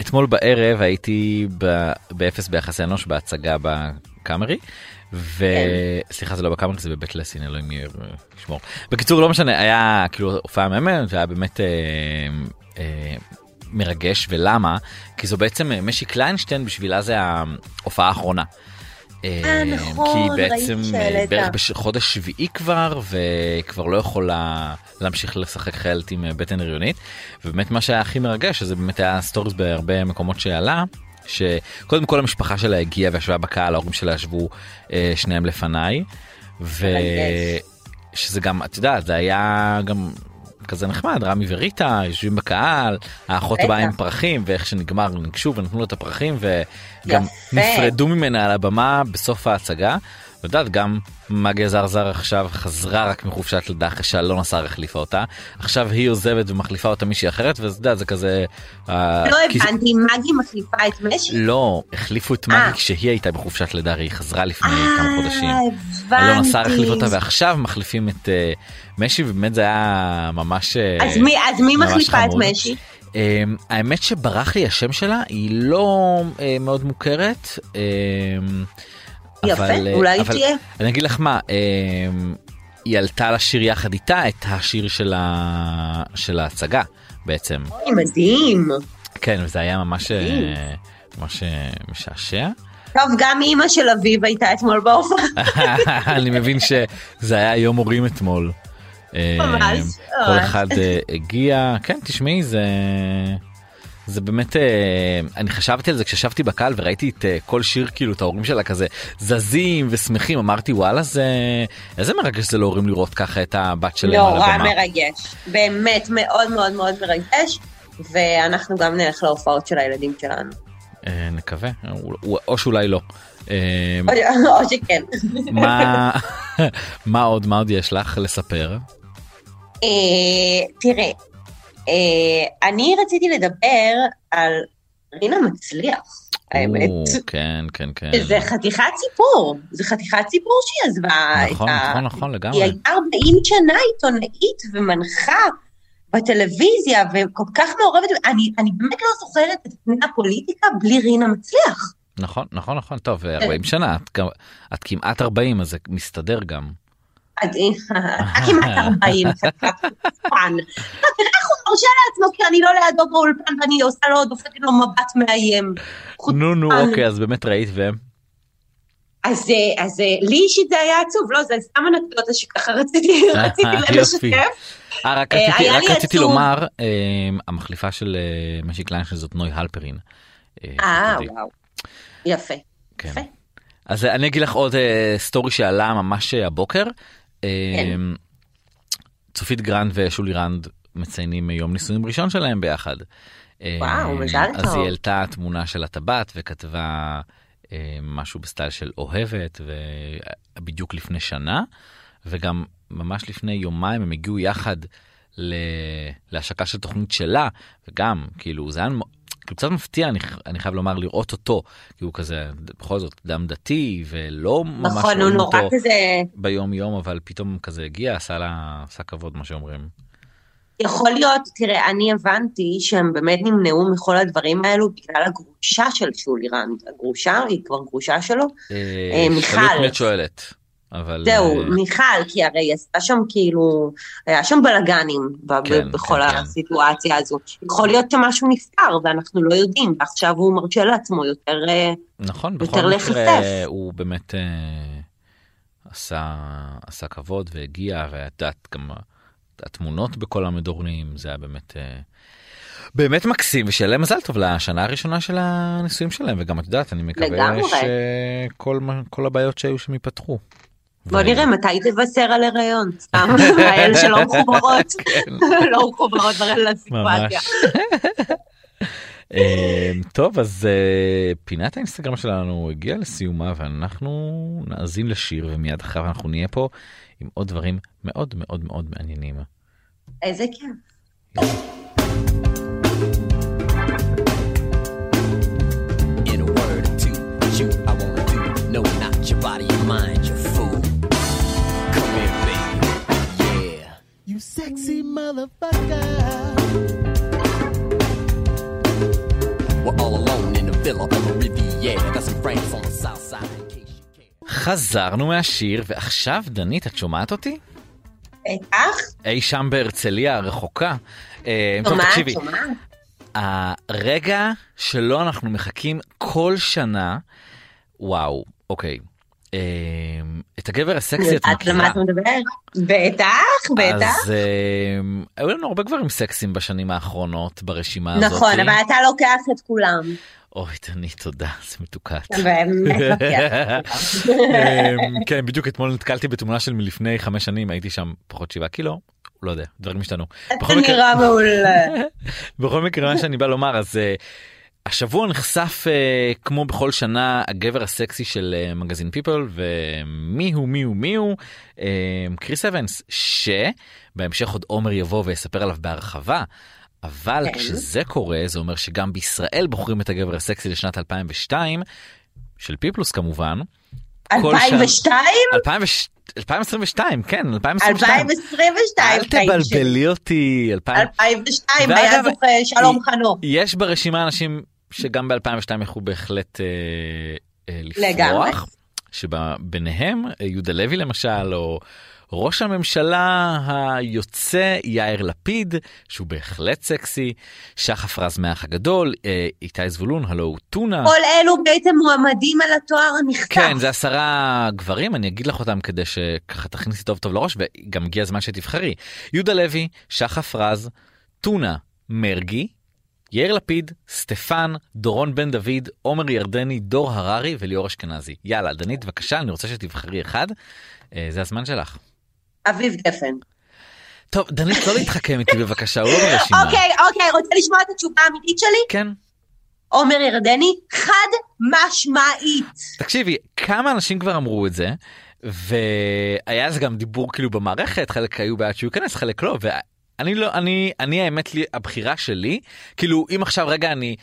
[SPEAKER 2] אתמול בערב הייתי ב- באפס ביחס אנוש בהצגה בקאמרי. וסליחה זה לא בקאמרי זה בבית לסין אלוהים י- ישמור. בקיצור לא משנה היה כאילו הופעה מהממת והיה באמת אה, אה, מרגש ולמה כי זו בעצם אה, משי קליינשטיין בשבילה זה ההופעה האחרונה. אה,
[SPEAKER 3] נכון,
[SPEAKER 2] כי היא
[SPEAKER 3] ראיתי
[SPEAKER 2] בעצם אה,
[SPEAKER 3] שהעלית.
[SPEAKER 2] בערך בחודש שביעי כבר והיא כבר לא יכולה להמשיך לשחק חיילת עם אה, בטן הריונית. ובאמת מה שהיה הכי מרגש זה באמת היה סטוריז בהרבה מקומות שעלה. שקודם כל המשפחה שלה הגיעה וישבה בקהל ההורים שלה ישבו אה, שניהם לפניי.
[SPEAKER 3] מרגש.
[SPEAKER 2] ושזה גם את יודעת זה היה גם כזה נחמד רמי וריטה יושבים בקהל האחות
[SPEAKER 3] בטח.
[SPEAKER 2] באה עם פרחים ואיך שנגמר ניגשו ונתנו לו את הפרחים וגם
[SPEAKER 3] יפה.
[SPEAKER 2] נפרדו ממנה על הבמה בסוף ההצגה את יודעת, גם מגיה זרזר עכשיו חזרה רק מחופשת לידה אחרי שאלון השר החליפה אותה. עכשיו היא עוזבת ומחליפה אותה מישהי אחרת, ואת יודעת, זה כזה... אה,
[SPEAKER 3] לא
[SPEAKER 2] כי זה-
[SPEAKER 3] הבנתי, מגי מחליפה את משי?
[SPEAKER 2] לא, החליפו את
[SPEAKER 3] אה.
[SPEAKER 2] מגי כשהיא הייתה בחופשת לידה, הרי היא חזרה לפני כמה חודשים.
[SPEAKER 3] אה,
[SPEAKER 2] אלון השר החליף אותה
[SPEAKER 3] הבנתי.
[SPEAKER 2] ועכשיו מחליפים את אה, משי ובאמת זה היה ממש אה,
[SPEAKER 3] אז מי- אז מי
[SPEAKER 2] ממש
[SPEAKER 3] מחליפה את
[SPEAKER 2] חמוד.
[SPEAKER 3] משי?
[SPEAKER 2] אה, האמת שברח לי השם שלה היא לא אה, מאוד מוכרת. אה,
[SPEAKER 3] יפה,
[SPEAKER 2] אבל, אה,
[SPEAKER 3] אולי
[SPEAKER 2] אבל
[SPEAKER 3] תהיה.
[SPEAKER 2] אני אגיד לך מה, אה, היא עלתה לשיר יחד איתה את השיר של, ה... של ההצגה בעצם.
[SPEAKER 3] אוי, מדהים.
[SPEAKER 2] כן, וזה היה ממש, אה,
[SPEAKER 3] מדהים.
[SPEAKER 2] ממש אה, משעשע.
[SPEAKER 3] טוב, גם אימא של אביב הייתה אתמול בהופעה.
[SPEAKER 2] אני מבין שזה היה יום הורים אתמול. אה, כל
[SPEAKER 3] ממש.
[SPEAKER 2] אחד אה, הגיע, כן תשמעי זה זה באמת אה, אני חשבתי על זה כשישבתי בקהל וראיתי את אה, כל שיר כאילו את ההורים שלה כזה זזים ושמחים אמרתי וואלה זה איזה מרגש זה להורים לראות ככה את הבת שלהם על
[SPEAKER 3] נורא
[SPEAKER 2] הבמה.
[SPEAKER 3] לא, מרגש. באמת, מאוד מאוד מאוד מרגש. ואנחנו גם נלך להופעות של הילדים שלנו.
[SPEAKER 2] אה, נקווה או- או שאולי לא. אה,
[SPEAKER 3] או- או שכן.
[SPEAKER 2] מה מה עוד מה עוד יש לך לספר?
[SPEAKER 3] אה, תראה, אה, אני רציתי לדבר על רינה מצליח, האמת.
[SPEAKER 2] או, כן כן כן.
[SPEAKER 3] זה חתיכת סיפור, זה חתיכת סיפור שהיא עזבה את
[SPEAKER 2] נכון
[SPEAKER 3] ה...
[SPEAKER 2] נכון נכון
[SPEAKER 3] היא
[SPEAKER 2] לגמרי.
[SPEAKER 3] הייתה 40 שנה עיתונאית ומנחה בטלוויזיה וכל כך מעורבת, אני, אני באמת לא זוכרת את פני הפוליטיקה בלי רינה מצליח.
[SPEAKER 2] נכון נכון נכון טוב 40 שנה את גם- את כמעט 40 אז זה מסתדר גם.
[SPEAKER 3] עד אה, כמעט 40, פאן. איך הוא מרשה לעצמו כי אני לא לידו באולפן ואני עושה לו, דופקת לו מבט מאיים. חוץ
[SPEAKER 2] נו נו
[SPEAKER 3] אה.
[SPEAKER 2] אוקיי אז באמת ראית והם
[SPEAKER 3] אז, אה, אז אה, לי אישית זה היה עצוב, לא, זה סתם אנקדוטה שככה רציתי, רציתי
[SPEAKER 2] אה, יופי.
[SPEAKER 3] לשתף.
[SPEAKER 2] אה, רק
[SPEAKER 3] אה,
[SPEAKER 2] רציתי
[SPEAKER 3] היה
[SPEAKER 2] רק
[SPEAKER 3] לי
[SPEAKER 2] רציתי
[SPEAKER 3] עצוב.
[SPEAKER 2] לומר אה, המחליפה של אה, משי קליין שזאת נוי הלפרין. אה,
[SPEAKER 3] אה,
[SPEAKER 2] תודי.
[SPEAKER 3] וואו. יפה.
[SPEAKER 2] כן.
[SPEAKER 3] יפה.
[SPEAKER 2] אז אה, אני אגיד לך עוד אה, סטורי שעלה ממש אה, הבוקר. אה,
[SPEAKER 3] כן.
[SPEAKER 2] צופית גרנד ושולי רנד מציינים יום נישואים ראשון שלהם ביחד. אה,
[SPEAKER 3] וואו, מזל
[SPEAKER 2] אז
[SPEAKER 3] טוב.
[SPEAKER 2] היא העלתה תמונה של הטבעת וכתבה אה, משהו בסטייל של אוהבת ובדיוק לפני שנה וגם ממש לפני יומיים הם הגיעו יחד ל... להשקה של תוכנית שלה וגם כאילו זה היה מ- כאילו, קצת מפתיע אני, ח- אני חייב לומר לראות אותו כי הוא כזה בכל זאת אדם דתי ולא ממש
[SPEAKER 3] נכון, הוא
[SPEAKER 2] רואים
[SPEAKER 3] נורא
[SPEAKER 2] אותו
[SPEAKER 3] כזה...
[SPEAKER 2] ביום יום אבל פתאום כזה הגיע עשה לה עשה כבוד מה שאומרים.
[SPEAKER 3] יכול להיות, תראה, אני הבנתי שהם באמת נמנעו מכל הדברים האלו בגלל הגרושה של שולי רנד. הגרושה, היא כבר גרושה שלו.
[SPEAKER 2] אה,
[SPEAKER 3] מיכל.
[SPEAKER 2] תלוי את שואלת. אבל
[SPEAKER 3] זהו,
[SPEAKER 2] אה,
[SPEAKER 3] מיכל, כי הרי היא עשתה שם כאילו, היה שם בלאגנים ב-
[SPEAKER 2] כן,
[SPEAKER 3] ב- בכל
[SPEAKER 2] כן, כן.
[SPEAKER 3] הסיטואציה הזו. יכול להיות שמשהו נפתר ואנחנו לא יודעים, ועכשיו הוא מרשה לעצמו יותר... אה,
[SPEAKER 2] נכון,
[SPEAKER 3] יותר
[SPEAKER 2] בכל
[SPEAKER 3] להיחשף.
[SPEAKER 2] מקרה הוא באמת אה, עשה, עשה כבוד והגיע, ואת יודעת, גם התמונות בכל המדורנים, זה היה באמת, אה, באמת מקסים, ושיהיה להם מזל טוב לשנה הראשונה של הנישואים שלהם, וגם את יודעת, אני מקווה
[SPEAKER 3] לגמרי.
[SPEAKER 2] שכל מה- כל הבעיות שהיו שם ייפתחו.
[SPEAKER 3] בוא
[SPEAKER 2] ו-
[SPEAKER 3] נראה מתי תבשר על הריון, סתם, האלה שלא מחוברות,
[SPEAKER 2] כן.
[SPEAKER 3] לא מחוברות לסיטואציה.
[SPEAKER 2] ממש. אה, טוב אז אה, פינת האינסטגרם שלנו הגיעה לסיומה ואנחנו נאזין לשיר ומיד אחריו אנחנו נהיה פה עם עוד דברים מאוד מאוד מאוד מעניינים.
[SPEAKER 3] איזה כיף.
[SPEAKER 4] in a word or two. It's you I wanna do. No, not your body, your mind, your fool. Come here, baby. Yeah. You sexy motherfucker. We're all alone in a villa on the Riviera. Got some friends on the south side in case you care.
[SPEAKER 2] חזרנו מהשיר ועכשיו דנית את שומעת אותי?
[SPEAKER 3] בטח,
[SPEAKER 2] אי שם בהרצליה הרחוקה. אה, טוב,
[SPEAKER 3] שומעת,
[SPEAKER 2] תקשיבי,
[SPEAKER 3] שומעת.
[SPEAKER 2] הרגע שלו אנחנו מחכים כל שנה, וואו, אוקיי. אה, את הגבר הסקסי את
[SPEAKER 3] יודעת למה
[SPEAKER 2] מכירה.
[SPEAKER 3] את מדברת? בטח, בטח.
[SPEAKER 2] אז אה, היו לנו הרבה גברים סקסים בשנים האחרונות ברשימה הזאת.
[SPEAKER 3] נכון, אבל אתה לוקח את כולם.
[SPEAKER 2] אוי, תני תודה, זה מתוקת.
[SPEAKER 3] באמת לוקח את כולם.
[SPEAKER 2] אמ, כן, בדיוק אתמול נתקלתי בתמונה של מלפני חמש שנים, הייתי שם פחות שבעה קילו, לא יודע, דברים השתנו.
[SPEAKER 3] אתה
[SPEAKER 2] בכל מקרה-
[SPEAKER 3] נראה מעולה.
[SPEAKER 2] בכל מקרה, מה שאני בא לומר, אז אה, השבוע נחשף אה, כמו בכל שנה הגבר הסקסי של אה, מגזין פיפל ומי הוא מי הוא מי הוא אה, קריס אבנס שבהמשך עוד עומר יבוא ויספר עליו בהרחבה. אבל
[SPEAKER 3] כן.
[SPEAKER 2] כשזה קורה זה אומר שגם בישראל בוחרים את הגבר הסקסי לשנת 2002 של פיפלוס כמובן. כל שנה-
[SPEAKER 3] 2002?
[SPEAKER 2] 2022 כן 2022.
[SPEAKER 3] 2022.
[SPEAKER 2] אל תבלבלי אותי 2000.
[SPEAKER 3] 2002 היה
[SPEAKER 2] ואגב, אה.
[SPEAKER 3] זוכה שלום חנוך.
[SPEAKER 2] יש ברשימה אנשים שגם ב-2002 יכלו בהחלט אה, אה,
[SPEAKER 3] לגמרי.
[SPEAKER 2] לפרוח, שביניהם אה, יהודה לוי למשל, או ראש הממשלה היוצא יאיר לפיד, שהוא בהחלט סקסי, שחף רז מהאח הגדול, אה, איתי זבולון, הלו הוא טונה.
[SPEAKER 3] כל אלו בעצם מועמדים על התואר הנכתב.
[SPEAKER 2] כן, זה עשרה גברים, אני אגיד לך אותם כדי שככה תכניסי טוב טוב לראש, וגם הגיע הזמן שתבחרי. יהודה לוי, שחף רז, טונה, מרגי, יאיר לפיד, סטפן, דורון בן דוד, עומר ירדני, דור הררי וליאור אשכנזי. יאללה, דנית, בבקשה, אני רוצה שתבחרי אחד. אה, זה הזמן שלך.
[SPEAKER 3] אביב גפן.
[SPEAKER 2] טוב, דנית, לא להתחכם איתי בבקשה, הוא לא ברשימה.
[SPEAKER 3] אוקיי, אוקיי, רוצה לשמוע את התשובה האמיתית שלי?
[SPEAKER 2] כן.
[SPEAKER 3] עומר ירדני, חד משמעית.
[SPEAKER 2] תקשיבי, כמה אנשים כבר אמרו את זה, והיה אז גם דיבור כאילו במערכת, חלק היו בעד שהוא ייכנס, חלק לא, ואני לא, אני, אני האמת לי, הבחירה שלי, כאילו אם עכשיו רגע אני,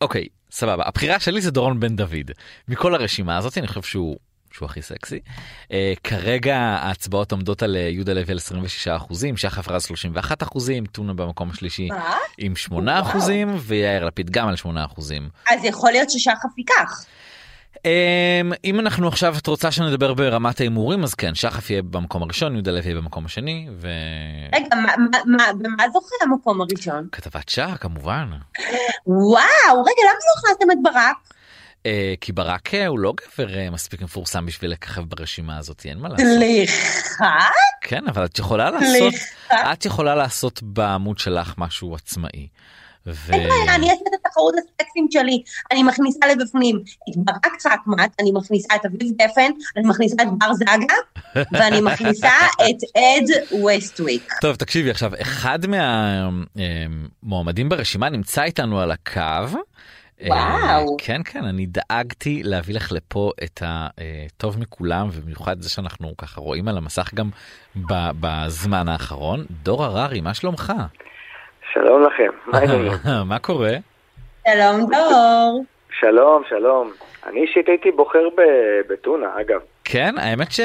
[SPEAKER 2] אוקיי, סבבה, הבחירה שלי זה דורון בן דוד. מכל הרשימה הזאת, אני חושב שהוא... שהוא הכי סקסי. Uh, כרגע ההצבעות עומדות על אה, יהודה לוי על 26 אחוזים, שחף רז 31 אחוזים, טונה במקום השלישי
[SPEAKER 3] מה?
[SPEAKER 2] עם 8
[SPEAKER 3] וואו.
[SPEAKER 2] אחוזים, ויאיר לפיד גם על 8 אחוזים.
[SPEAKER 3] אז יכול להיות ששחף ייקח.
[SPEAKER 2] אמ, אם אנחנו עכשיו את רוצה שנדבר ברמת ההימורים אז כן שחף יהיה במקום הראשון יהודה לוי יהיה במקום השני כן.
[SPEAKER 3] רגע, מה- מה- מה- במה זוכה המקום הראשון?
[SPEAKER 2] וכתבת שער כמובן
[SPEAKER 3] וואו, רגע, למה לא הכנסתם את ברק?
[SPEAKER 2] אה, כי ברק אה, הוא לא גבר אה, מספיק מפורסם בשביל לככב ברשימה הזאת אין מה לעשות
[SPEAKER 3] סליחה?
[SPEAKER 2] כן אבל את יכולה לעשות
[SPEAKER 3] סליחה.
[SPEAKER 2] את יכולה לעשות בעמוד שלך משהו עצמאי. ו...
[SPEAKER 3] אין בעיה, אני אעשה את התחרות הסקסית שלי. אני מכניסה לבפנים את ברק צעקמת, אני מכניסה את אביב גפן, אני מכניסה את בר זגה, ואני מכניסה את אד ווסטוויק.
[SPEAKER 2] טוב תקשיבי עכשיו אחד מהמועמדים ברשימה נמצא איתנו על הקו. אה,
[SPEAKER 3] וואו.
[SPEAKER 2] כן כן אני דאגתי להביא לך לפה את הטוב מכולם ובמיוחד זה שאנחנו ככה רואים על המסך גם ב- בזמן האחרון דור הררי מה שלומך
[SPEAKER 5] שלום לכם, מה העניינים?
[SPEAKER 2] מה קורה
[SPEAKER 3] שלום דור.
[SPEAKER 5] שלום, שלום. אני אישית הייתי בוחר ב- בטונה, אגב.
[SPEAKER 2] כן האמת ש...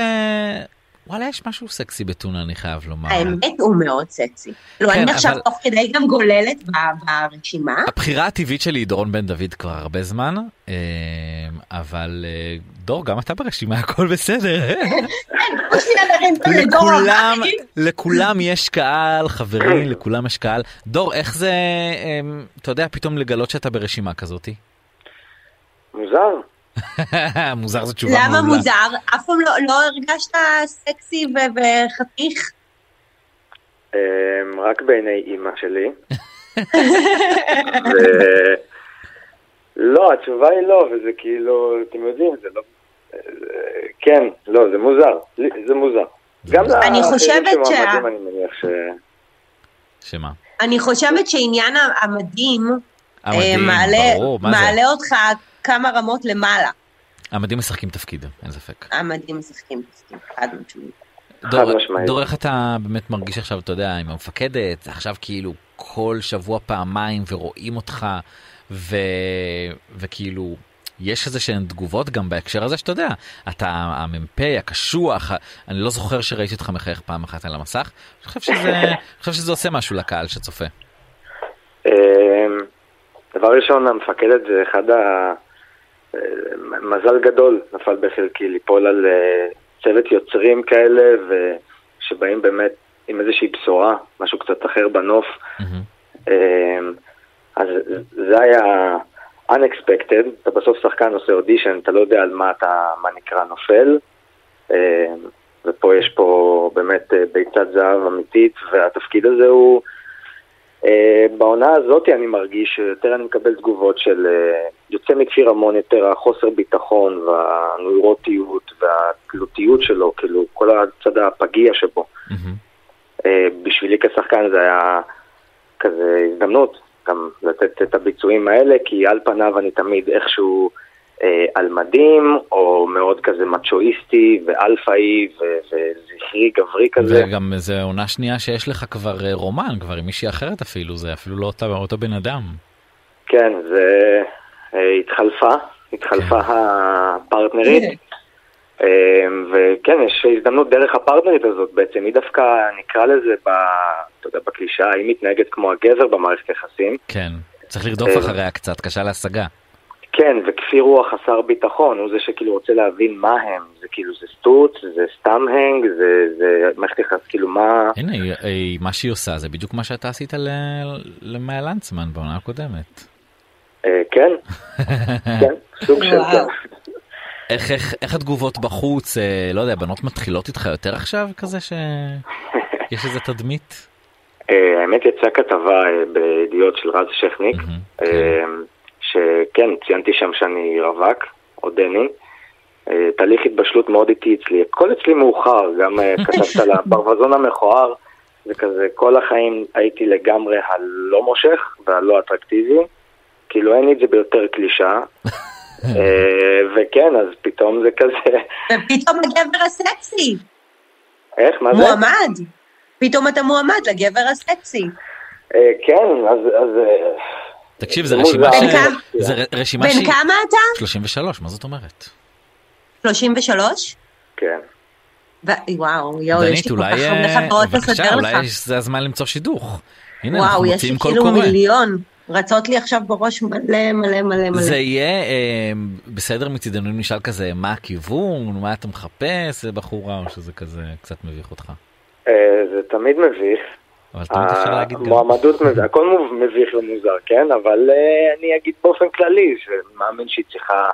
[SPEAKER 2] וואלה יש משהו סקסי בטונה אני חייב לומר.
[SPEAKER 3] האמת הוא מאוד סקסי. לא,
[SPEAKER 2] כן,
[SPEAKER 3] אני עכשיו
[SPEAKER 2] אבל-
[SPEAKER 3] תוך כדי גם גוללת ב- ברשימה.
[SPEAKER 2] הבחירה הטבעית שלי היא דורון בן דוד כבר הרבה זמן אה, אבל אה, דור גם אתה ברשימה הכל בסדר. אה?
[SPEAKER 3] בוא שנייה נרים פה לדור
[SPEAKER 2] לכולם,
[SPEAKER 3] הררי.
[SPEAKER 2] לכולם יש קהל, חברים, לכולם יש קהל. דור, איך זה, אמ, אתה יודע, פתאום לגלות שאתה ברשימה כזאתי?
[SPEAKER 5] מוזר.
[SPEAKER 2] מוזר זו תשובה
[SPEAKER 3] למה
[SPEAKER 2] מעולה.
[SPEAKER 3] מוזר? אף פעם לא- לא הרגשת סקסי ו- וחתיך?
[SPEAKER 5] אמ, רק בעיני אימא שלי. ו- לא, התשובה היא לא, וזה כאילו, אתם יודעים, זה לא... אה, כן, לא, זה מוזר. לי- זה מוזר. גם
[SPEAKER 2] מוזר.
[SPEAKER 3] אני
[SPEAKER 5] לאחרים
[SPEAKER 3] חושבת שה-
[SPEAKER 5] שמועמדים, אני מניח ש...
[SPEAKER 2] שמה?
[SPEAKER 3] אני חושבת שעניין המדים אה,
[SPEAKER 2] המדים,
[SPEAKER 3] מעלה-
[SPEAKER 2] ברור, מה זה?
[SPEAKER 3] מעלה אותך כמה רמות למעלה.
[SPEAKER 2] המדים משחקים תפקיד, אין ספק.
[SPEAKER 3] המדים משחקים, משחקים, חד משמעית.
[SPEAKER 2] דור,
[SPEAKER 5] משמעית.
[SPEAKER 2] דור, איך אתה באמת מרגיש עכשיו, אתה יודע, עם המפקדת, עכשיו כאילו כל שבוע פעמיים ורואים אותך, ו... וכאילו... יש איזה שהן תגובות גם בהקשר הזה שאתה יודע, אתה המ"פ, הקשוח, ה- אני לא זוכר שראיתי אותך מחייך פעם אחת על המסך, אני חושב שזה, אני חושב שזה עושה משהו לקהל שצופה.
[SPEAKER 5] אמ, דבר ראשון, המפקדת זה אחד ה... אה, מזל גדול נפל בחלקי ליפול על אה, צוות יוצרים כאלה ו... שבאים באמת עם איזושהי בשורה, משהו קצת אחר בנוף.
[SPEAKER 2] מהמם.
[SPEAKER 5] אמ, אז זה היה unexpected, אתה בסוף שחקן עושה אודישן, אתה לא יודע על מה אתה, מה נקרא, נופל. אמ, ופה יש פה באמת אה, ביצת זהב אמיתית, והתפקיד הזה הוא... אה, בעונה הזאת אני מרגיש שיותר אני מקבל תגובות של אה, יוצא מכפיר המון יותר החוסר ביטחון והנוירוטיות והתלותיות שלו, כאילו כל הצד הפגיע שבו.
[SPEAKER 2] מהמם.
[SPEAKER 5] אה, בשבילי כשחקן זה היה כזה הזדמנות גם לתת את הביצועים האלה, כי על פניו אני תמיד איכשהו אה, על מדים, או מאוד כזה מצ'ואיסטי ואלפאי ו- וזכרי גברי כזה.
[SPEAKER 2] וגם זה עונה שנייה שיש לך כבר אה, רומן, כבר עם מישהי אחרת אפילו, זה אפילו לא אותה- אותו בן אדם.
[SPEAKER 5] כן, זה אה, התחלפה, התחלפה הפרטנרית. אה, וכן, יש הזדמנות דרך הפרטנרית הזאת בעצם, היא דווקא, נקרא לזה, ב, אתה יודע, בקלישאה, היא מתנהגת כמו הגבר במערכת היחסים.
[SPEAKER 2] כן, צריך לרדוף
[SPEAKER 5] אה.
[SPEAKER 2] אחריה קצת, קשה להשגה.
[SPEAKER 5] כן, וכפי רוח חסר ביטחון, הוא זה שכאילו רוצה להבין מה הם, זה כאילו, זה סטוץ, זה סתם הנג, זה, זה מערכת יחס, כאילו, מה...
[SPEAKER 2] הנה, היא- היא- מה שהיא עושה זה בדיוק מה שאתה עשית ל- למאיה לנצמן בעונה הקודמת.
[SPEAKER 5] אה, כן, כן, סוג של
[SPEAKER 3] וואו.
[SPEAKER 5] כן.
[SPEAKER 2] איך, איך, איך התגובות בחוץ, אה, לא יודע, בנות מתחילות איתך יותר עכשיו כזה שיש איזה תדמית?
[SPEAKER 5] אה, האמת יצאה כתבה אה, בידיעות של רז שכניק,
[SPEAKER 2] מהמם,
[SPEAKER 5] אה, שכן, ציינתי שם שאני רווק, עודני. אה, תהליך התבשלות מאוד איטי אצלי, הכל אצלי מאוחר, גם אה, כתבת על הברווזון המכוער, זה כזה, כל החיים הייתי לגמרי הלא מושך והלא אטרקטיבי, כאילו אין לי את זה ביותר קלישאה, אה, וכן, אז פתאום זה כזה,
[SPEAKER 3] ופתאום הגבר הסקסי,
[SPEAKER 5] איך, מה זה?
[SPEAKER 3] מועמד. פתאום אתה מועמד לגבר הסקסי.
[SPEAKER 5] אה, כן, אז- אז... אה,
[SPEAKER 2] תקשיב, זה
[SPEAKER 5] מוזר.
[SPEAKER 2] רשימה
[SPEAKER 3] בן
[SPEAKER 2] ש...
[SPEAKER 3] כמה?
[SPEAKER 2] זה ר- רשימה
[SPEAKER 3] בן
[SPEAKER 2] שהיא...
[SPEAKER 3] כמה אתה?
[SPEAKER 2] 33, מה זאת אומרת?
[SPEAKER 3] 33?
[SPEAKER 5] כן.
[SPEAKER 3] ו- וואו, יואו, לא, יש
[SPEAKER 2] דנית,
[SPEAKER 3] לי כל כך
[SPEAKER 2] אולי...
[SPEAKER 3] הרבה
[SPEAKER 2] אה,
[SPEAKER 3] חברות
[SPEAKER 2] בבקשה,
[SPEAKER 3] לסדר לך.
[SPEAKER 2] אולי זה הזמן למצוא שידוך. הנה, אנחנו
[SPEAKER 3] וואו, יש לי
[SPEAKER 2] מוציאים קול
[SPEAKER 3] כאילו
[SPEAKER 2] קורא.
[SPEAKER 3] מיליון. רצות לי עכשיו בראש מלא מלא מלא מלא.
[SPEAKER 2] זה יהיה אה, בסדר מצידנו אם נשאל כזה מה הכיוון מה אתה מחפש אה, בחורה או שזה כזה קצת מביך אותך.
[SPEAKER 5] אה, זה תמיד מביך,
[SPEAKER 2] אבל תמיד אפשר
[SPEAKER 5] אה,
[SPEAKER 2] להגיד גם.
[SPEAKER 5] המועמדות, מב- הכל מוב- מביך ומוזר, כן? אבל אה, אני אגיד באופן כללי, שאני מאמין שהיא צריכה,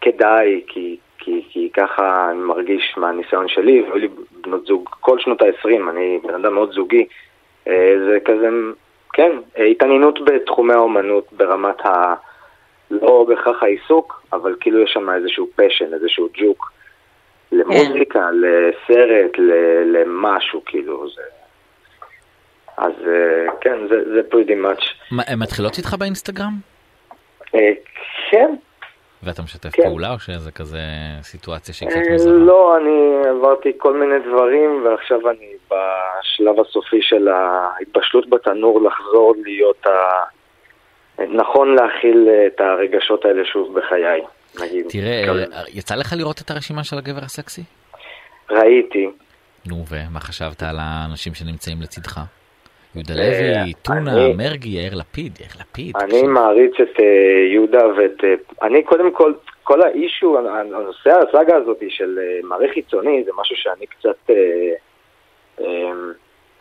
[SPEAKER 5] כדאי, כי, כי, כי ככה אני מרגיש מהניסיון שלי, והיו לי בנות זוג כל שנות ה-20, אני בן אדם מאוד זוגי, אה, זה כזה, כן, אה, התעניינות בתחומי האומנות ברמת ה... לא בהכרח העיסוק, אבל כאילו יש שם איזשהו פשן, איזשהו ג'וק. למוזיקה, לסרט, ל- למשהו, כאילו, זה... אז אה, כן, זה, זה pretty much.
[SPEAKER 2] מה, הן מתחילות איתך באינסטגרם?
[SPEAKER 5] אה, כן,
[SPEAKER 2] ואתה משתף
[SPEAKER 5] כן.
[SPEAKER 2] פעולה או שזה כזה סיטואציה שהיא קצת
[SPEAKER 5] אה,
[SPEAKER 2] מוזרה?
[SPEAKER 5] לא, אני עברתי כל מיני דברים, ועכשיו אני בשלב הסופי של ההתבשלות בתנור לחזור להיות ה... נכון להכיל את הרגשות האלה שוב בחיי. נגיד,
[SPEAKER 2] תראה
[SPEAKER 5] כל-
[SPEAKER 2] אה, יצא לך לראות את הרשימה של הגבר הסקסי?
[SPEAKER 5] ראיתי,
[SPEAKER 2] נו ומה חשבת על האנשים שנמצאים לצדך? יהודה
[SPEAKER 5] אה,
[SPEAKER 2] לוי, טונה,
[SPEAKER 5] אני-
[SPEAKER 2] מרגי, יאיר לפיד, יאיר לפיד.
[SPEAKER 5] אני
[SPEAKER 2] תקשיב.
[SPEAKER 5] מעריץ את אה, יהודה ואת... אה, אני קודם כל, כל האישו, אה, הנושא הסאגה הזאת של אה, מעריך חיצוני, זה משהו שאני קצת אה, אה,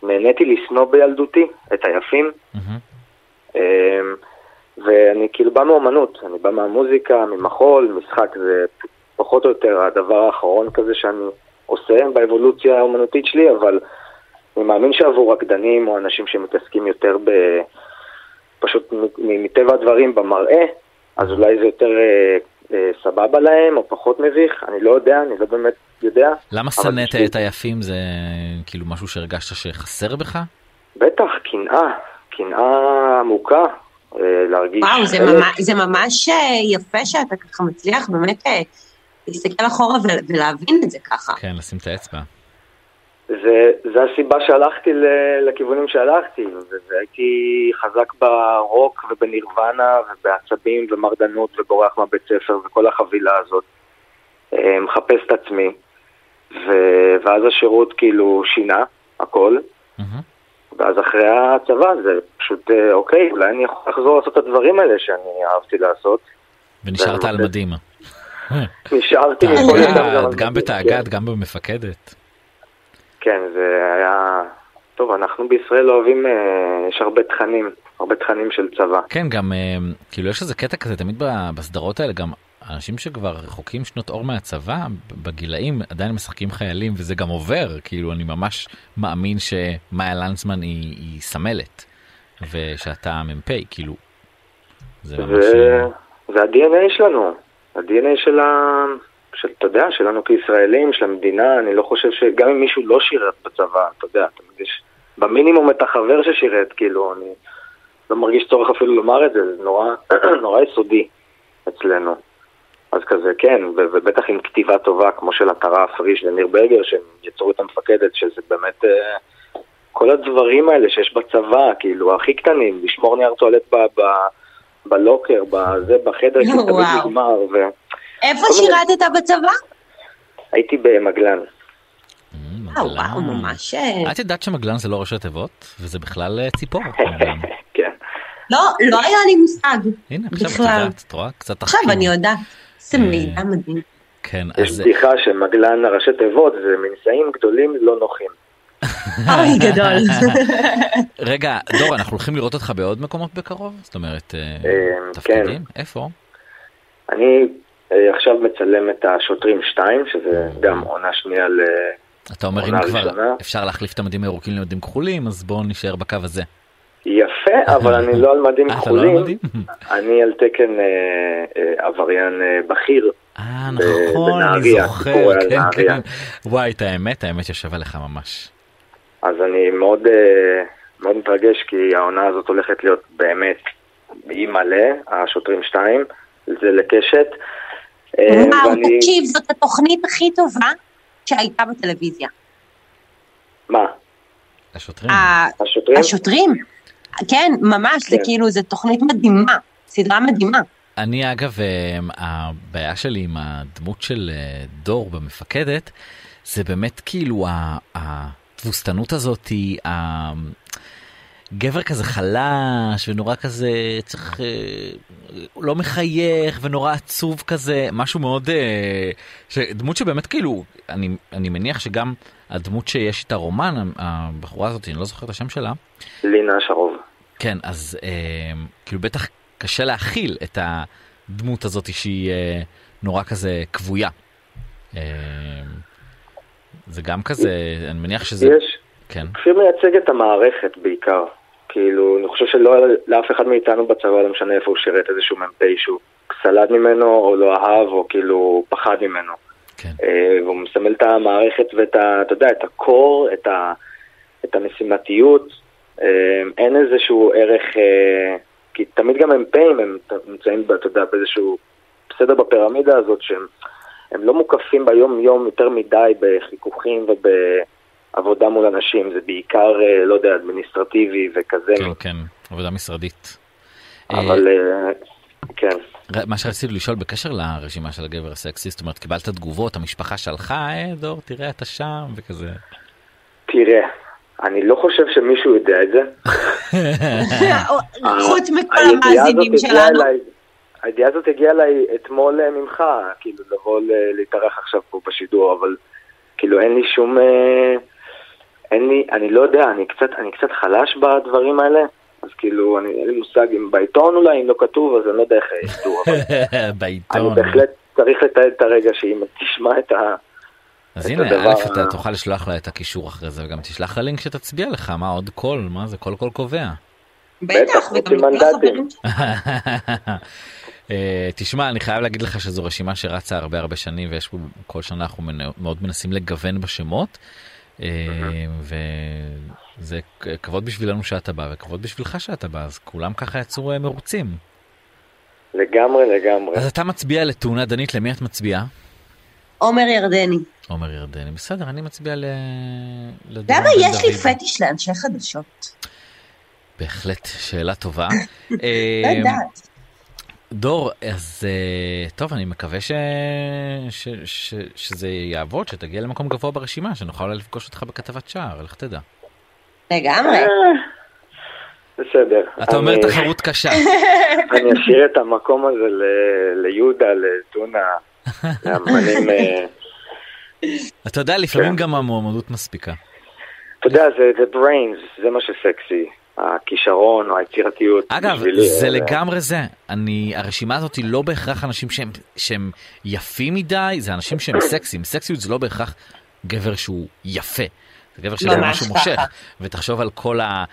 [SPEAKER 5] נהניתי לשנוא בילדותי, את היפים.
[SPEAKER 2] מהמם.
[SPEAKER 5] אה, ואני כאילו בא מאומנות, אני בא מהמוזיקה, ממחול, משחק, זה פחות או יותר הדבר האחרון כזה שאני עושה באבולוציה האומנותית שלי, אבל אני מאמין שעבור רקדנים או אנשים שמתעסקים יותר ב... פשוט מ- מ- מטבע הדברים במראה, אז אולי זה יותר אה, אה, סבבה להם או פחות מביך, אני לא יודע, אני לא באמת יודע.
[SPEAKER 2] למה
[SPEAKER 5] אבל
[SPEAKER 2] שנאת
[SPEAKER 5] בשביל-
[SPEAKER 2] את היפים זה כאילו משהו שהרגשת שחסר בך?
[SPEAKER 5] בטח, קנאה, קנאה עמוקה, אה, להרגיש...
[SPEAKER 3] וואו, זה
[SPEAKER 5] חלק.
[SPEAKER 3] ממש- זה ממש אה, יפה שאתה ככה מצליח באמת אה, להסתכל אחורה ול- ולהבין את זה ככה.
[SPEAKER 2] כן, לשים את האצבע.
[SPEAKER 5] זה, זה הסיבה שהלכתי ל- לכיוונים שהלכתי, ו- והייתי חזק ברוק ובנירוונה ובעצבים ומרדנות ובורח מהבית ספר וכל החבילה הזאת. אה, מחפש את עצמי, ו- ואז השירות כאילו שינה הכל,
[SPEAKER 2] מהמם.
[SPEAKER 5] ואז אחרי הצבא זה פשוט אה, אוקיי, אולי אני יכול לחזור לעשות את הדברים האלה שאני אהבתי לעשות.
[SPEAKER 2] ונשארת על מדים.
[SPEAKER 5] נשארתי מכל
[SPEAKER 2] תאגד,
[SPEAKER 5] הזמן-
[SPEAKER 2] גם בתאגד, גם במפקדת.
[SPEAKER 5] כן, זה היה... טוב, אנחנו בישראל אוהבים, אה, יש הרבה תכנים, הרבה תכנים של צבא.
[SPEAKER 2] כן, גם אה, כאילו יש איזה קטע כזה תמיד ב- בסדרות האלה, גם אנשים שכבר רחוקים שנות אור מהצבא, בגילאים עדיין משחקים חיילים וזה גם עובר, כאילו אני ממש מאמין שמאיה לנצמן היא היא סמלת, ושאתה מ"פ, כאילו. זה ממש... אה,
[SPEAKER 5] זה, זה ה-DNA שלנו, ה-DNA של ה... של, אתה יודע, שלנו כישראלים, של המדינה, אני לא חושב שגם אם מישהו לא שירת בצבא, אתה יודע, תמיד יש במינימום את החבר ששירת, כאילו, אני לא מרגיש צורך אפילו לומר את זה, זה נורא, נורא יסודי אצלנו. אז כזה, כן, ו- ובטח עם כתיבה טובה כמו של עטרה פריש וניר ברגר, שהם יצרו את המפקדת, שזה באמת... אה, כל הדברים האלה שיש בצבא, כאילו, הכי קטנים, לשמור נייר טואלט ב- ב- בלוקר, בזה, בחדר, כי זה תמיד
[SPEAKER 3] וואו.
[SPEAKER 5] נגמר,
[SPEAKER 3] איפה
[SPEAKER 5] כל מיני-
[SPEAKER 3] שירתת בצבא?
[SPEAKER 5] והייתי במגלן.
[SPEAKER 3] אה, וואו, ממש... אה,
[SPEAKER 2] את ידעת שמגלן זה לא ראשי תיבות וזה בכלל אה, ציפור. מגלן.
[SPEAKER 5] כן.
[SPEAKER 3] לא, לא היה לי מושג.
[SPEAKER 2] הנה עכשיו את
[SPEAKER 3] בכלל.
[SPEAKER 2] יודעת, את רואה? קצת
[SPEAKER 3] עכשיו
[SPEAKER 2] תחקיר.
[SPEAKER 3] אני יודעת. זה מידע
[SPEAKER 2] אה.
[SPEAKER 3] מדהים.
[SPEAKER 2] כן,
[SPEAKER 5] יש
[SPEAKER 2] אז
[SPEAKER 5] בדיחה שמגלן ראשי תיבות זה מנשאים גדולים לא נוחים.
[SPEAKER 2] אה,
[SPEAKER 3] אוי, גדול.
[SPEAKER 2] רגע, דור, אנחנו הולכים לראות אותך בעוד מקומות בקרוב? זאת אומרת, אה,
[SPEAKER 5] אה,
[SPEAKER 2] תפקידים? איפה?
[SPEAKER 5] אני אה, עכשיו מצלם את השוטרים 2, שזה גם עונה שנייה ל...
[SPEAKER 2] אתה אומר אם
[SPEAKER 5] עונה
[SPEAKER 2] כבר
[SPEAKER 5] ראשונה.
[SPEAKER 2] אפשר להחליף את המדים הירוקים למדים כחולים, אז בואו נישאר בקו הזה.
[SPEAKER 5] יפה, אבל אני לא על מדים
[SPEAKER 2] אה, אתה לא על
[SPEAKER 5] כחולים,
[SPEAKER 2] מדים?
[SPEAKER 5] אני על תקן אה, אה, עבריין אה, בכיר.
[SPEAKER 2] אה,
[SPEAKER 5] ב-
[SPEAKER 2] נכון, אני
[SPEAKER 5] בנהריה,
[SPEAKER 2] זוכר,
[SPEAKER 5] סיפור על
[SPEAKER 2] כן, כן.
[SPEAKER 5] נהריה.
[SPEAKER 2] וואי, את האמת, האמת ישבה לך ממש.
[SPEAKER 5] אז אני מאוד, אה, מאוד מתרגש כי העונה הזאת הולכת להיות באמת באי מלא, השוטרים 2, זה לקשת. אה,
[SPEAKER 3] וואו,
[SPEAKER 5] ואני-
[SPEAKER 3] תקשיב, זאת התוכנית הכי טובה שהייתה בטלוויזיה.
[SPEAKER 5] מה?
[SPEAKER 2] השוטרים.
[SPEAKER 3] ה-
[SPEAKER 5] השוטרים?
[SPEAKER 3] השוטרים. כן, ממש, זה
[SPEAKER 5] אה? כן.
[SPEAKER 3] כאילו, זו תוכנית מדהימה. סדרה מדהימה.
[SPEAKER 2] אני אגב, אה, הבעיה שלי עם הדמות של אה, דור במפקדת, זה באמת כאילו ה- התבוסתנות הזאת, היא ה- גבר כזה חלש ונורא כזה צריך, אה, הוא לא מחייך ונורא עצוב כזה, משהו מאוד, אה, ש- דמות שבאמת כאילו, אני, אני מניח שגם הדמות שיש איתה רומן, הבחורה הזאת, אני לא זוכר את השם שלה,
[SPEAKER 5] לינה שרוב.
[SPEAKER 2] כן, אז אה, כאילו בטח קשה להכיל את הדמות הזאת שהיא אה, נורא כזה כבויה. אה, זה גם כזה, אני מניח שזה...
[SPEAKER 5] יש,
[SPEAKER 2] כן.
[SPEAKER 5] כפיר מייצג את המערכת בעיקר. כאילו, אני חושב שלא היה לאף אחד מאיתנו בצבא, לא משנה איפה הוא שירת, איזשהו מ"פ שהוא סלד ממנו, או לא אהב, או כאילו פחד ממנו.
[SPEAKER 2] כן.
[SPEAKER 5] אה, והוא מסמל את המערכת ואת ה... אתה יודע, את הקור, את, ה, את המשימתיות. אה, אין איזשהו ערך... אה, כי תמיד גם מ"פים הם נמצאים, אתה יודע, באיזשהו בסדר בפירמידה הזאת, שהם הם לא מוקפים ביום-יום יותר מדי בחיכוכים ובעבודה מול אנשים. זה בעיקר, אה, לא יודע, אדמיניסטרטיבי וכזה.
[SPEAKER 2] כן, כן, עבודה משרדית.
[SPEAKER 5] אבל... אה, כן.
[SPEAKER 2] ר- מה שרציתי לשאול בקשר לרשימה של הגבר הסקסי, זאת אומרת, קיבלת תגובות, המשפחה שלחה, אה, דור, תראה, אתה שם, וכזה.
[SPEAKER 5] תראה, אני לא חושב שמישהו יודע את זה.
[SPEAKER 2] אה.
[SPEAKER 3] חוץ מכל
[SPEAKER 5] הידיעה הזאת
[SPEAKER 3] המאזינים
[SPEAKER 5] הגיעה
[SPEAKER 3] שלנו.
[SPEAKER 5] אליי- הידיעה הזאת הגיעה אליי אתמול אה, ממך, כאילו לבוא ל- להתארח עכשיו פה בשידור, אבל כאילו אין לי שום... אה, אין לי, אני לא יודע, אני קצת, אני קצת חלש בדברים האלה, אז כאילו, אני, אין לי מושג אם בעיתון אולי, אם לא כתוב, אז אני לא יודע איך ידעו, אבל אני
[SPEAKER 2] בעיתון.
[SPEAKER 5] בהחלט צריך לתעד את הרגע שאם תשמע את ה...
[SPEAKER 2] אז
[SPEAKER 5] את
[SPEAKER 2] הנה,
[SPEAKER 5] הדבר
[SPEAKER 2] א', אתה
[SPEAKER 5] ה-
[SPEAKER 2] תוכל לשלוח לה את הקישור אחרי זה, וגם תשלח לה לינק שתצביע לך, מה עוד קול, מה זה קול קול קובע.
[SPEAKER 5] בטח,
[SPEAKER 3] בטח, וגם
[SPEAKER 5] רוצים
[SPEAKER 3] לכל
[SPEAKER 5] מנדטים.
[SPEAKER 3] החברים שלנו.
[SPEAKER 2] אה, תשמע, אני חייב להגיד לך שזו רשימה שרצה הרבה הרבה שנים, ויש פה, כל שנה אנחנו מנ- מאוד מנסים לגוון בשמות, אה, וזה כ- כבוד בשבילנו שאתה בא, וכבוד בשבילך שאתה בא, אז כולם ככה יצאו אה, מרוצים.
[SPEAKER 5] לגמרי, לגמרי.
[SPEAKER 2] אז אתה מצביע לתאונה דנית, למי את מצביעה?
[SPEAKER 3] עומר ירדני.
[SPEAKER 2] עומר ירדני, בסדר, אני מצביע ל... לדורון
[SPEAKER 3] למה
[SPEAKER 2] בן
[SPEAKER 3] יש לי
[SPEAKER 2] דוד.
[SPEAKER 3] פטיש לאנשי חדשות?
[SPEAKER 2] בהחלט, שאלה טובה.
[SPEAKER 3] לא
[SPEAKER 2] אה,
[SPEAKER 3] יודעת.
[SPEAKER 2] דור, אז אה, טוב, אני מקווה ש... ש... ש... שזה יעבוד, שתגיע למקום גבוה ברשימה, שנוכל אולי לפגוש אותך בכתבת שער, לך תדע.
[SPEAKER 3] לגמרי.
[SPEAKER 2] אה,
[SPEAKER 5] בסדר.
[SPEAKER 2] אתה אומר
[SPEAKER 5] אני-
[SPEAKER 2] תחרות קשה.
[SPEAKER 5] אני אשאיר את המקום הזה ל- ליהודה, לטונה, לאמנים... אה,
[SPEAKER 2] אתה יודע, לפעמים גם המועמדות מספיקה.
[SPEAKER 5] אתה יודע, זה the brains, זה מה שסקסי. הכישרון או היצירתיות.
[SPEAKER 2] אגב,
[SPEAKER 5] בשבילי,
[SPEAKER 2] זה
[SPEAKER 5] אה,
[SPEAKER 2] לגמרי זה. אני, הרשימה הזאת היא לא בהכרח אנשים שהם, שהם יפים מדי, זה אנשים שהם סקסיים. סקסיות זה לא בהכרח גבר שהוא יפה. זה גבר שזה
[SPEAKER 3] ממש
[SPEAKER 2] משהו מושך.
[SPEAKER 3] ככה.
[SPEAKER 2] ותחשוב על כל ה, ה,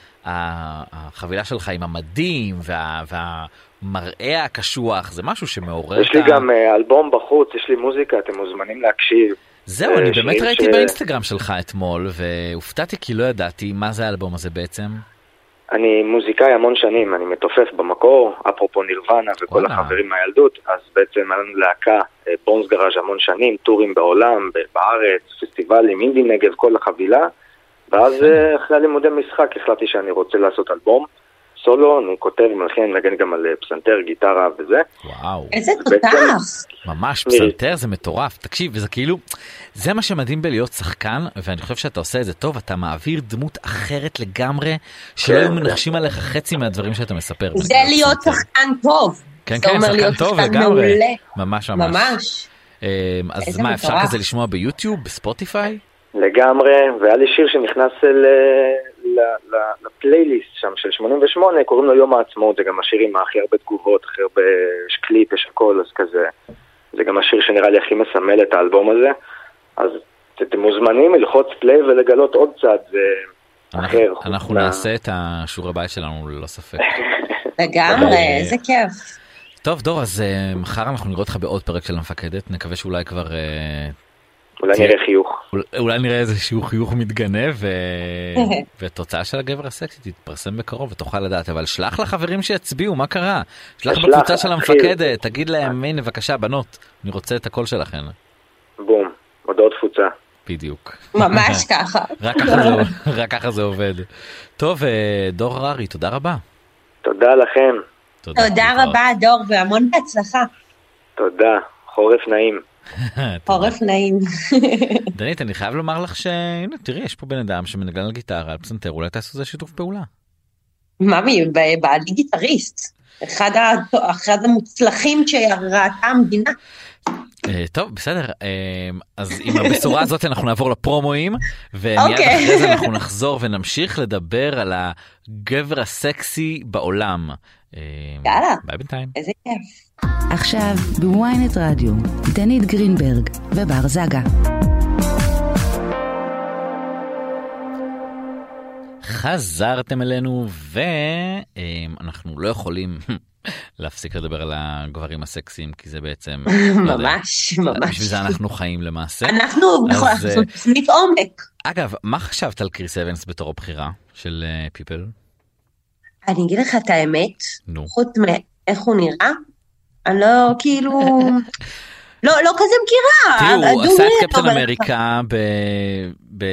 [SPEAKER 2] החבילה שלך עם המדים וה, והמראה הקשוח, זה משהו שמעורר
[SPEAKER 5] יש לי גם אה, אלבום בחוץ, יש לי מוזיקה, אתם מוזמנים להקשיב.
[SPEAKER 2] זהו,
[SPEAKER 5] אה,
[SPEAKER 2] אני
[SPEAKER 5] שיר
[SPEAKER 2] באמת
[SPEAKER 5] ש-
[SPEAKER 2] ראיתי באינסטגרם שלך אתמול, והופתעתי כי לא ידעתי מה זה האלבום הזה בעצם.
[SPEAKER 5] אני מוזיקאי המון שנים, אני מתופף במקור, אפרופו נירוונה וכל
[SPEAKER 2] וואלה.
[SPEAKER 5] החברים מהילדות, אז בעצם היה לנו להקה, אה, בונס גראז' המון שנים, טורים בעולם, ב- בארץ, פסטיבלים, אינדי נגב, כל החבילה, ואז אה, אחרי לימודי משחק החלטתי שאני רוצה לעשות אלבום, סולו, אני כותב, מלחין, מנגן גם על אה, פסנתר, גיטרה וזה.
[SPEAKER 2] וואו.
[SPEAKER 3] איזה
[SPEAKER 5] בעצם-
[SPEAKER 3] תותח.
[SPEAKER 2] ממש
[SPEAKER 5] מירי.
[SPEAKER 2] פסנתר זה מטורף תקשיב וזה כאילו זה מה שמדהים בלהיות שחקן ואני חושב שאתה עושה את זה טוב אתה מעביר דמות אחרת לגמרי שלא
[SPEAKER 5] כן,
[SPEAKER 2] היו
[SPEAKER 5] כן.
[SPEAKER 2] מנחשים עליך חצי מהדברים שאתה מספר.
[SPEAKER 3] זה להיות שחקן טוב.
[SPEAKER 2] כן
[SPEAKER 3] זה
[SPEAKER 2] כן
[SPEAKER 3] אומר
[SPEAKER 2] שחקן
[SPEAKER 3] להיות
[SPEAKER 2] טוב
[SPEAKER 3] שחקן
[SPEAKER 2] לגמרי
[SPEAKER 3] מעולה.
[SPEAKER 2] ממש ממש
[SPEAKER 3] ממש.
[SPEAKER 2] אמ, אז
[SPEAKER 3] איזה
[SPEAKER 2] מה אפשר
[SPEAKER 3] מטורף.
[SPEAKER 2] כזה לשמוע ביוטיוב בספוטיפיי
[SPEAKER 5] לגמרי, והיה לי שיר שנכנס אל, אה, ל- ל- לפלייליסט שם של 88, קוראים לו יום העצמאות, זה גם השיר עם הכי הרבה תגובות, הכי הרבה, יש קליפ, יש הכל, אז כזה, זה גם השיר שנראה לי הכי מסמל את האלבום הזה, אז את- אתם מוזמנים ללחוץ פליי ולגלות עוד צד, זה
[SPEAKER 2] אנחנו-
[SPEAKER 5] אחר.
[SPEAKER 2] אנחנו
[SPEAKER 5] כן, מה-
[SPEAKER 2] נעשה את השיעורי בית שלנו ללא ספק.
[SPEAKER 3] לגמרי,
[SPEAKER 2] אה,
[SPEAKER 3] איזה כיף.
[SPEAKER 2] טוב דור אז אה, מחר אנחנו נראה אותך בעוד פרק של המפקדת נקווה שאולי כבר אה,
[SPEAKER 5] אולי
[SPEAKER 2] תהיה-
[SPEAKER 5] נראה חיוך.
[SPEAKER 2] אול- אולי נראה איזה שהוא חיוך מתגנב ו... ותוצאה של הגבר הסקסי תתפרסם בקרוב ותוכל לדעת אבל שלח לחברים שיצביעו מה קרה שלח
[SPEAKER 5] שלח,
[SPEAKER 2] בקבוצה של
[SPEAKER 5] אחי.
[SPEAKER 2] המפקדת תגיד להם הנה בבקשה בנות אני רוצה את הקול שלכן
[SPEAKER 5] בום, הודעות תפוצה.
[SPEAKER 2] בדיוק
[SPEAKER 3] ממש
[SPEAKER 2] אה.
[SPEAKER 3] ככה.
[SPEAKER 2] רק ככה זה, רק ככה זה עובד טוב אה, דור הררי תודה רבה
[SPEAKER 5] תודה לכם,
[SPEAKER 3] תודה
[SPEAKER 2] להתראות.
[SPEAKER 3] רבה, דור, והמון בהצלחה.
[SPEAKER 5] תודה, חורף נעים.
[SPEAKER 2] תודה.
[SPEAKER 3] עורף נעים.
[SPEAKER 2] דנית אני חייב לומר לך שהנה תראי יש פה בן אדם שמנגן על גיטרה על פסנתר אולי תעשו איזה שיתוף פעולה
[SPEAKER 3] ממי, ב- בעלי גיטריסט. אחד ה- אחד המוצלחים שראתה המדינה.
[SPEAKER 2] אה, טוב בסדר אה, אז עם הבשורה הזאת אנחנו נעבור לפרומואים ומיד
[SPEAKER 3] אוקיי.
[SPEAKER 2] אחרי זה אנחנו נחזור ונמשיך לדבר על הגבר הסקסי בעולם. אה,
[SPEAKER 3] יאללה.
[SPEAKER 2] ביי בינתיים.
[SPEAKER 3] איזה כיף.
[SPEAKER 1] עכשיו בוויינט רדיו, דנית גרינברג ובר זגה.
[SPEAKER 2] חזרתם אלינו ואנחנו לא יכולים להפסיק לדבר על הגברים הסקסיים כי זה בעצם לא יודע,
[SPEAKER 3] ממש, ממש.
[SPEAKER 2] בשביל זה אנחנו חיים למעשה.
[SPEAKER 3] אנחנו
[SPEAKER 2] אז,
[SPEAKER 3] נכון, אנחנו
[SPEAKER 2] אה,
[SPEAKER 3] עושים תוכנית עומק.
[SPEAKER 2] אגב מה חשבת על קריס אבנס בתור הבחירה של אה, פיפל?
[SPEAKER 3] אני אגיד לך את האמת,
[SPEAKER 2] נו.
[SPEAKER 3] חוץ מאיך הוא נראה, אני לא כאילו... לא, לא כזה מכירה.
[SPEAKER 2] תראו, הוא
[SPEAKER 3] הדוגרי,
[SPEAKER 2] עשה את קפטן
[SPEAKER 3] אה, אבל-
[SPEAKER 2] אמריקה ב... ב...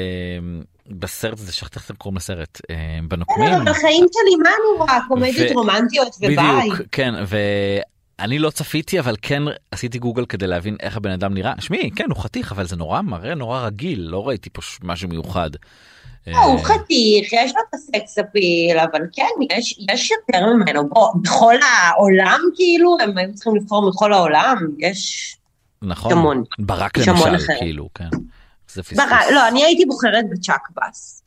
[SPEAKER 2] בסרט הזה, שכחתי איך אתם קוראים לסרט, אה, בנוקמים.
[SPEAKER 3] בסדר, אבל בחיים שלי, מה אני רואה? קומדיות
[SPEAKER 2] ו-
[SPEAKER 3] רומנטיות וביי.
[SPEAKER 2] בדיוק, כן, ואני לא צפיתי, אבל כן עשיתי גוגל כדי להבין איך הבן אדם נראה. שמי, כן, הוא חתיך, אבל זה נורא מראה נורא רגיל, לא ראיתי פה ש- משהו מיוחד. אה.
[SPEAKER 3] לא, הוא חתיך, יש לו את הסקס אפיל, אבל כן, יש, יש יותר ממנו. בוא, בכל העולם, כאילו, הם היו צריכים לבחור מכל העולם, יש...
[SPEAKER 2] נכון?
[SPEAKER 3] יש המון.
[SPEAKER 2] ברק
[SPEAKER 3] יש המון
[SPEAKER 2] למשל,
[SPEAKER 3] אחר.
[SPEAKER 2] כאילו, כן. זה פספוס.
[SPEAKER 3] ברק, לא, אני הייתי בוחרת בצ'אק בס.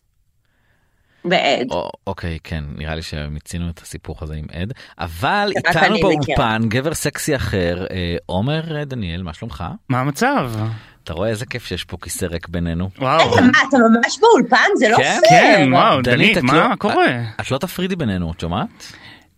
[SPEAKER 3] בעד.
[SPEAKER 2] או- אוקיי, כן, נראה לי שמיצינו את הסיפור הזה עם עד, אבל
[SPEAKER 3] רק
[SPEAKER 2] איתנו
[SPEAKER 3] אני
[SPEAKER 2] באולפן גבר סקסי אחר, אה, עומר אה, דניאל, מה שלומך?
[SPEAKER 6] מה המצב?
[SPEAKER 2] אתה רואה איזה כיף שיש פה כיסא ריק בינינו.
[SPEAKER 6] וואו.
[SPEAKER 3] רגע, מה, אתה ממש באולפן? זה לא
[SPEAKER 2] כן,
[SPEAKER 3] פייר.
[SPEAKER 6] כן, וואו, דנית,
[SPEAKER 2] את
[SPEAKER 6] מה
[SPEAKER 2] לא-
[SPEAKER 6] קורה?
[SPEAKER 2] את לא תפרידי בינינו, את שומעת?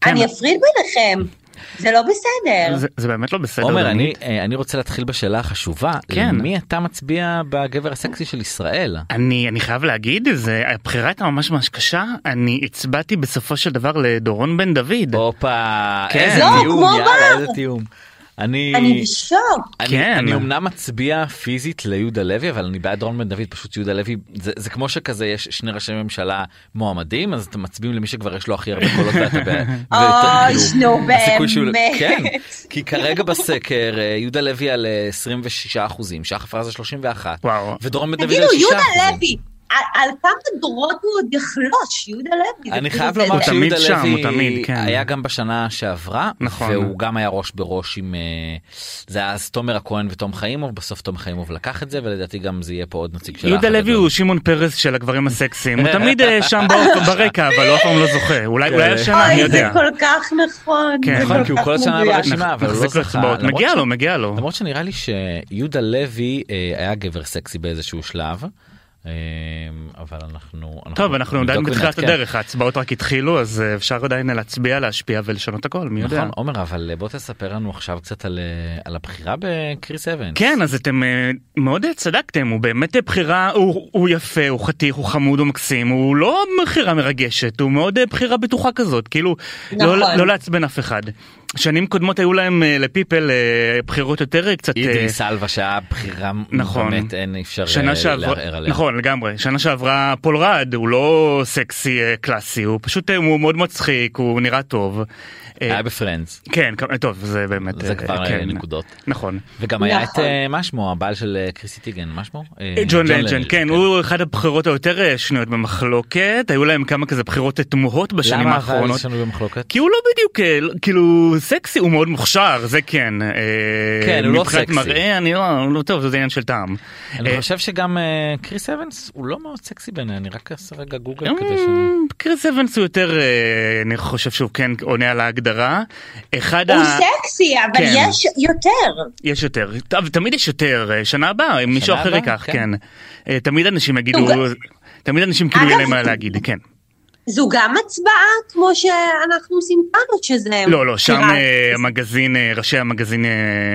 [SPEAKER 3] אני
[SPEAKER 6] כן.
[SPEAKER 3] אפריד ביניכם. זה לא בסדר.
[SPEAKER 6] זה- זה באמת לא בסדר,
[SPEAKER 2] עומר, אני,
[SPEAKER 6] דנית.
[SPEAKER 2] אה, אני רוצה להתחיל בשאלה החשובה,
[SPEAKER 6] כן.
[SPEAKER 2] למי אתה מצביע בגבר הסקסי של ישראל?
[SPEAKER 6] אני, אני חייב להגיד, זה, הבחירה הייתה ממש ממש קשה, אני הצבעתי בסופו של דבר לדורון בן דוד.
[SPEAKER 2] הופה,
[SPEAKER 6] כן.
[SPEAKER 2] איזה
[SPEAKER 6] לא,
[SPEAKER 2] תיאום,
[SPEAKER 3] כמו
[SPEAKER 2] יאללה,
[SPEAKER 3] בר.
[SPEAKER 2] איזה תיאום. אני...
[SPEAKER 3] אני בשוק.
[SPEAKER 2] אני,
[SPEAKER 6] כן.
[SPEAKER 2] אני אמנם מצביע פיזית ליהודה לוי אבל אני בעד רון בן דוד פשוט יהודה לוי זה, זה כמו שכזה יש שני ראשי ממשלה מועמדים אז אתם מצביעים למי שכבר יש לו הכי הרבה קולות ואתה בעד.
[SPEAKER 3] אוי, נו,
[SPEAKER 2] כאילו, הסיכוי שהוא-
[SPEAKER 3] באמת.
[SPEAKER 2] כן, כי כרגע בסקר אה, יהודה לוי על אה, 26 אחוזים שחר פרזה 31
[SPEAKER 6] וואו.
[SPEAKER 2] ודורון בן דוד על 6
[SPEAKER 3] תגידו,
[SPEAKER 2] אחוזים.
[SPEAKER 3] יהודה לוי, על- על כמה דורות הוא עוד יחלוש, יהודה לוי? זה
[SPEAKER 2] אני
[SPEAKER 3] כאילו
[SPEAKER 2] חייב
[SPEAKER 3] זה-
[SPEAKER 2] לומר
[SPEAKER 6] הוא תמיד
[SPEAKER 2] שיהודה
[SPEAKER 6] שם, הוא
[SPEAKER 2] לוי
[SPEAKER 6] תמיד, כן.
[SPEAKER 2] היה גם בשנה שעברה,
[SPEAKER 6] נכון.
[SPEAKER 2] והוא גם היה ראש בראש עם, אה, זה היה אז תומר הכהן ותום חיימוב, בסוף תום חיימוב לקח את זה, ולדעתי גם זה יהיה פה עוד נציג של האח
[SPEAKER 6] יהודה לוי
[SPEAKER 2] הגדול.
[SPEAKER 6] הוא שמעון פרס של הגברים הסקסיים, הוא תמיד אה, שם באופ- ברקע, אבל הוא אף פעם לא זוכה, אולי
[SPEAKER 2] אה,
[SPEAKER 6] אולי השנה, אני
[SPEAKER 3] אוי, זה
[SPEAKER 6] יודע.
[SPEAKER 3] כל כך נכון.
[SPEAKER 6] כן.
[SPEAKER 3] זה
[SPEAKER 2] נכון, כי הוא
[SPEAKER 3] כך
[SPEAKER 2] כל השנה
[SPEAKER 3] מדויק.
[SPEAKER 2] ברשימה. לא אבל הוא לא
[SPEAKER 6] נחזיק לו
[SPEAKER 2] זכה,
[SPEAKER 6] אצבעות.
[SPEAKER 2] למרות ש-
[SPEAKER 6] מגיע לו, מגיע לו.
[SPEAKER 2] למרות שנראה לי שיהודה לוי אה, היה גבר סקסי באיזשהו שלב, אה, אבל אנחנו...
[SPEAKER 6] טוב, אנחנו עדיין
[SPEAKER 2] נבדוק
[SPEAKER 6] בתחילת
[SPEAKER 2] ונעדכן.
[SPEAKER 6] הדרך, ההצבעות רק התחילו, אז אה, אפשר עדיין להצביע, להשפיע ולשנות הכל, מי יודע.
[SPEAKER 2] נכון, עומר, אבל בוא תספר לנו עכשיו קצת על, אה, על הבחירה בקריס אבנס.
[SPEAKER 6] כן, אז אתם אה, מאוד צדקתם, הוא באמת אה, בחירה, הוא, הוא יפה, הוא חתיך, הוא חמוד, הוא מקסים, הוא לא בחירה מרגשת, הוא מאוד אה, בחירה בטוחה כזאת, כאילו,
[SPEAKER 3] נכון.
[SPEAKER 6] לא, לא לעצבן אף אחד. שנים קודמות היו להם אה, לפיפל אה, בחירות יותר אה, קצת... אה,
[SPEAKER 2] אידרי סלווה שהיה בחירה
[SPEAKER 6] נכון.
[SPEAKER 2] באמת אין אפשר
[SPEAKER 6] שנה
[SPEAKER 2] אה,
[SPEAKER 6] שעברה,
[SPEAKER 2] לערער עליה.
[SPEAKER 6] נכון לגמרי, שנה שעברה פול רד הוא לא סקסי אה, קלאסי, הוא פשוט אה, הוא מאוד מצחיק, הוא נראה טוב. אה,
[SPEAKER 2] היה בפרנדס,
[SPEAKER 6] כן, כ- טוב, זה באמת...
[SPEAKER 2] זה
[SPEAKER 6] אה,
[SPEAKER 2] כבר אה,
[SPEAKER 6] כן.
[SPEAKER 2] נקודות.
[SPEAKER 6] נכון.
[SPEAKER 2] וגם היה את
[SPEAKER 3] נכון.
[SPEAKER 2] אה, מה שמו הבעל של אה, קריסי טיגן מה שמו אה,
[SPEAKER 6] ג'ון
[SPEAKER 2] לנון,
[SPEAKER 6] לג'נד, כן, הוא אחד הבחירות היותר אה, שנויות במחלוקת, היו להם כמה כזה בחירות אה, תמוהות בשנים
[SPEAKER 2] למה אבל
[SPEAKER 6] האחרונות.
[SPEAKER 2] יש לנו במחלוקת
[SPEAKER 6] כי הוא לא בדיוק אה, לא- כאילו סקסי הוא מאוד מוכשר זה כן אה,
[SPEAKER 2] כן, הוא לא
[SPEAKER 6] מבחינת
[SPEAKER 2] סקסי.
[SPEAKER 6] מראה אני לא לא- טוב זה עניין של טעם.
[SPEAKER 2] אני
[SPEAKER 6] אה,
[SPEAKER 2] חושב שגם אה, קריס אבנס הוא לא מאוד סקסי בעיניי אני רק אעשה רגע גוגל כדי ש...
[SPEAKER 6] אמ, קריס אבנס הוא יותר אה, אני חושב שהוא כן עונה על ההגדרה אחד
[SPEAKER 3] הוא
[SPEAKER 6] ה...
[SPEAKER 3] סקסי, אבל
[SPEAKER 6] כן.
[SPEAKER 3] יש יותר.
[SPEAKER 6] יש יותר טוב, תמיד יש יותר אה, שנה הבאה אם מישהו אחר
[SPEAKER 2] הבאה,
[SPEAKER 6] ייקח
[SPEAKER 2] כן.
[SPEAKER 6] כן אה, תמיד אנשים יגידו
[SPEAKER 3] הוא
[SPEAKER 6] תמיד אנשים כאילו
[SPEAKER 3] אגב,
[SPEAKER 6] יהיה להם מה
[SPEAKER 3] הוא-
[SPEAKER 6] להגיד כן
[SPEAKER 3] זו גם הצבעה, כמו שאנחנו עושים כאן, או שזה...
[SPEAKER 6] לא לא שם
[SPEAKER 3] בחירה?
[SPEAKER 6] אה, המגזין אה, ראשי המגזין אה,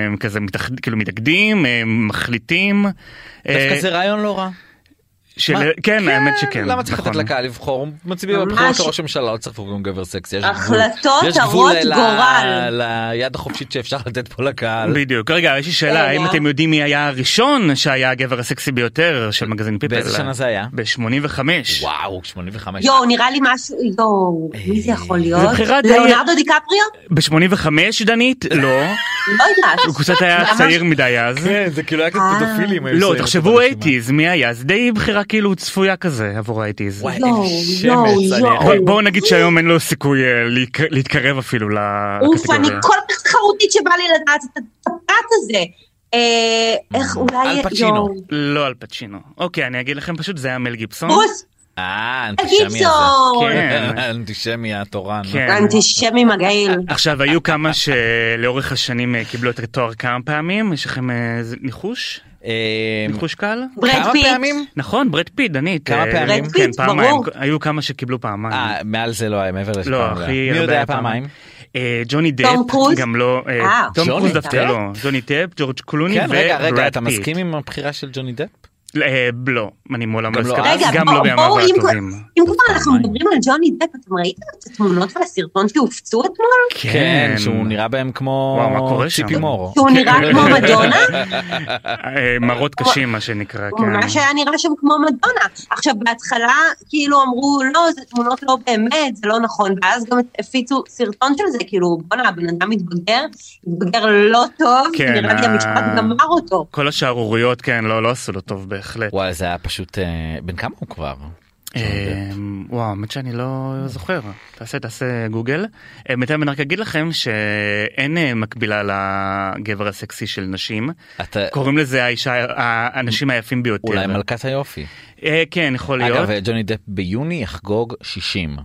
[SPEAKER 6] הם כזה מתאחד- כאילו מתאגדים אה, מחליטים. אה,
[SPEAKER 2] דווקא זה רעיון לא רע.
[SPEAKER 6] של...
[SPEAKER 2] מה?
[SPEAKER 6] כן האמת שכן
[SPEAKER 2] למה צריך
[SPEAKER 6] נכון.
[SPEAKER 2] לתת לקהל לבחור? מצביעים
[SPEAKER 3] ממש.
[SPEAKER 2] בבחירות לראש הממשלה, לא צריך לבחור גם גבר סקסי. יש גבול-
[SPEAKER 3] החלטות
[SPEAKER 2] יש גבול
[SPEAKER 3] הרות
[SPEAKER 2] ל-
[SPEAKER 3] גורל.
[SPEAKER 2] ליד החופשית שאפשר לתת פה לקהל.
[SPEAKER 6] בדיוק רגע יש לי
[SPEAKER 2] לא,
[SPEAKER 6] שאלה
[SPEAKER 3] רגע.
[SPEAKER 6] האם אתם יודעים מי היה הראשון שהיה הגבר הסקסי ביותר של מגזין פיפל.
[SPEAKER 2] באיזה שנה זה היה?
[SPEAKER 6] ב-85.
[SPEAKER 2] וואו, 85.
[SPEAKER 3] יואו, נראה לי משהו, יואו, מי זה יכול להיות?
[SPEAKER 6] אה, זה בחירה די-
[SPEAKER 3] ליאונרדו דיקפריו?
[SPEAKER 6] ב-85 דנית? לא.
[SPEAKER 3] לא יודעת.
[SPEAKER 6] הוא קצת היה
[SPEAKER 3] ממש-
[SPEAKER 6] צעיר מדי אז.
[SPEAKER 2] כן, זה כאילו היה קצת פדופילים. אה, היו
[SPEAKER 6] לא
[SPEAKER 2] שמים
[SPEAKER 6] תחשבו
[SPEAKER 2] אותו ברשימה.
[SPEAKER 6] 80's מי היה זה די בחירה כאילו צפויה כזה עבור ה-80's.
[SPEAKER 2] וואי,
[SPEAKER 3] יואו,
[SPEAKER 2] איזה
[SPEAKER 3] יואו,
[SPEAKER 2] שמץ, אני-
[SPEAKER 3] יואו.
[SPEAKER 6] בואו נגיד שהיום אין לו סיכוי אה, להיק- להתקרב אפילו
[SPEAKER 3] אוף, אני
[SPEAKER 6] לקטגוריה.
[SPEAKER 3] כל כך תחרותית שבא לי לדעת את הפרט הזה. אה, איך אולי...
[SPEAKER 2] אל פצ'ינו.
[SPEAKER 3] יואו.
[SPEAKER 6] לא על פצ'ינו. אוקיי אני אגיד לכם פשוט זה היה מל גיבסון.
[SPEAKER 3] ברוס
[SPEAKER 2] אה, האנטישמי
[SPEAKER 3] גיבסון!
[SPEAKER 6] כן.
[SPEAKER 2] הזה. האנטישמי התורן.
[SPEAKER 6] כן.
[SPEAKER 3] אנטישמי מגעיל.
[SPEAKER 6] עכשיו היו כמה שלאורך השנים אה, קיבלו את התואר כמה פעמים יש לכם אה, זה- ניחוש?
[SPEAKER 2] אה,
[SPEAKER 6] ניחוש קל?
[SPEAKER 3] ברד
[SPEAKER 2] כמה
[SPEAKER 3] פיט.
[SPEAKER 2] פעמים?
[SPEAKER 6] נכון ברד פיט דנית.
[SPEAKER 2] כמה
[SPEAKER 6] אה,
[SPEAKER 2] פעמים?
[SPEAKER 3] ברד
[SPEAKER 6] כן
[SPEAKER 3] פיט,
[SPEAKER 6] פעמיים
[SPEAKER 3] ברור.
[SPEAKER 6] היו כמה שקיבלו פעמיים.
[SPEAKER 2] אה, מעל זה לא היה, מעבר לזה.
[SPEAKER 6] לא
[SPEAKER 2] שפעם
[SPEAKER 6] הכי
[SPEAKER 2] היה.
[SPEAKER 6] הרבה.
[SPEAKER 2] מי יודע
[SPEAKER 6] היה
[SPEAKER 2] פעמיים?
[SPEAKER 6] אה, ג'וני דפ.
[SPEAKER 3] תום קרוז?
[SPEAKER 6] גם לא. אה,
[SPEAKER 3] אה,
[SPEAKER 6] תום
[SPEAKER 2] ג'וני
[SPEAKER 6] קרוז דווקא
[SPEAKER 2] דפ?
[SPEAKER 6] לא. ג'וני דפ, ג'ורג' קלוני
[SPEAKER 2] כן, רגע, רגע,
[SPEAKER 6] וברד
[SPEAKER 2] אתה
[SPEAKER 6] פיט.
[SPEAKER 2] מסכים עם הבחירה של ג'וני דפ?
[SPEAKER 6] אה, לא. אני מעולם לא
[SPEAKER 2] גם לא
[SPEAKER 6] הסכמתי.
[SPEAKER 3] רגע,
[SPEAKER 6] גם
[SPEAKER 3] בואו-
[SPEAKER 6] לא
[SPEAKER 3] בואו,
[SPEAKER 6] בימיו
[SPEAKER 3] אם כבר-
[SPEAKER 6] הטובים.
[SPEAKER 3] אם כבר אנחנו
[SPEAKER 2] פעמיים.
[SPEAKER 3] מדברים על ג'וני דפ, אתם ראיתם את התמונות והסרטון שהופצו אתמול?
[SPEAKER 2] כן, שהוא נראה בהם כמו
[SPEAKER 6] וואו, מה קורה
[SPEAKER 2] ציפי
[SPEAKER 6] שם?
[SPEAKER 2] מור. כן.
[SPEAKER 3] שהוא נראה כמו
[SPEAKER 6] כן.
[SPEAKER 3] מדונה?
[SPEAKER 6] אה, מראות קשים מה שנקרא.
[SPEAKER 3] הוא
[SPEAKER 6] כן.
[SPEAKER 3] ממש היה נראה שם כמו מדונה. עכשיו, בהתחלה כאילו אמרו, לא, זה תמונות לא באמת, זה לא נכון, ואז גם הפיצו סרטון של זה, כאילו, בואנה, הבן אדם מתבגר, מתבגר לא טוב,
[SPEAKER 6] כן,
[SPEAKER 3] נראה לי
[SPEAKER 6] ה-
[SPEAKER 3] המשפט גמר אותו.
[SPEAKER 6] כל השערוריות כן לא לא עשו לו טוב בהחלט.
[SPEAKER 2] וואי, זה היה פשוט... אה, בן כמה הוא כבר?
[SPEAKER 6] אה, וואו, האמת שאני לא זוכר. תעשה, תעשה גוגל. אה, בינתיים אני רק אגיד לכם שאין אה, מקבילה לגבר הסקסי של נשים.
[SPEAKER 2] אתה
[SPEAKER 6] קוראים לזה האישה, האנשים היפים ביותר.
[SPEAKER 2] אה, אולי מלכת היופי.
[SPEAKER 6] אה, כן, יכול להיות.
[SPEAKER 2] אגב, ג'וני דפ ביוני יחגוג 60.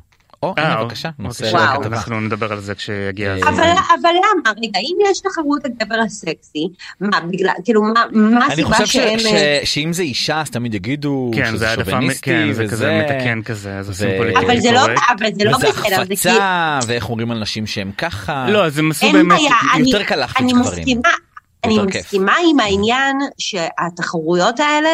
[SPEAKER 2] או,
[SPEAKER 6] אה,
[SPEAKER 2] הנה
[SPEAKER 6] אוקיי.
[SPEAKER 2] בבקשה, נושא
[SPEAKER 6] אוקיי,
[SPEAKER 3] וואו.
[SPEAKER 2] לכתבה.
[SPEAKER 6] אנחנו נדבר על זה כשיגיע
[SPEAKER 2] אה,
[SPEAKER 6] הזמן.
[SPEAKER 3] אבל, אבל למה? רגע, אם יש תחרות הגבר הסקסי, מה, בגלל, כאילו, מה, מה
[SPEAKER 2] אני
[SPEAKER 3] הסיבה
[SPEAKER 2] חושב ש-
[SPEAKER 3] שאין... אה,
[SPEAKER 2] ש- שאם זה אישה אז תמיד יגידו
[SPEAKER 6] כן, זה
[SPEAKER 2] שזה
[SPEAKER 6] העדפה,
[SPEAKER 2] שוביניסטי
[SPEAKER 6] כן, זה
[SPEAKER 2] וזה,
[SPEAKER 6] כזה מתקן כזה, אז עושים
[SPEAKER 2] ו-
[SPEAKER 6] פוליטיקה.
[SPEAKER 3] אבל זה לא,
[SPEAKER 6] קורקט.
[SPEAKER 3] אבל זה לא
[SPEAKER 2] אה, וזה
[SPEAKER 3] בסדר, זה כאילו...
[SPEAKER 2] החפצה ואיך אומרים על נשים שהן ככה.
[SPEAKER 6] לא, אז הם עשו
[SPEAKER 3] אין
[SPEAKER 6] באמת...
[SPEAKER 3] בעיה,
[SPEAKER 2] יותר
[SPEAKER 3] אני-
[SPEAKER 2] קל להחליט
[SPEAKER 3] אני
[SPEAKER 2] גברים.
[SPEAKER 3] מסכימה, אני
[SPEAKER 2] יותר כיף.
[SPEAKER 3] מסכימה עם העניין שהתחרויות האלה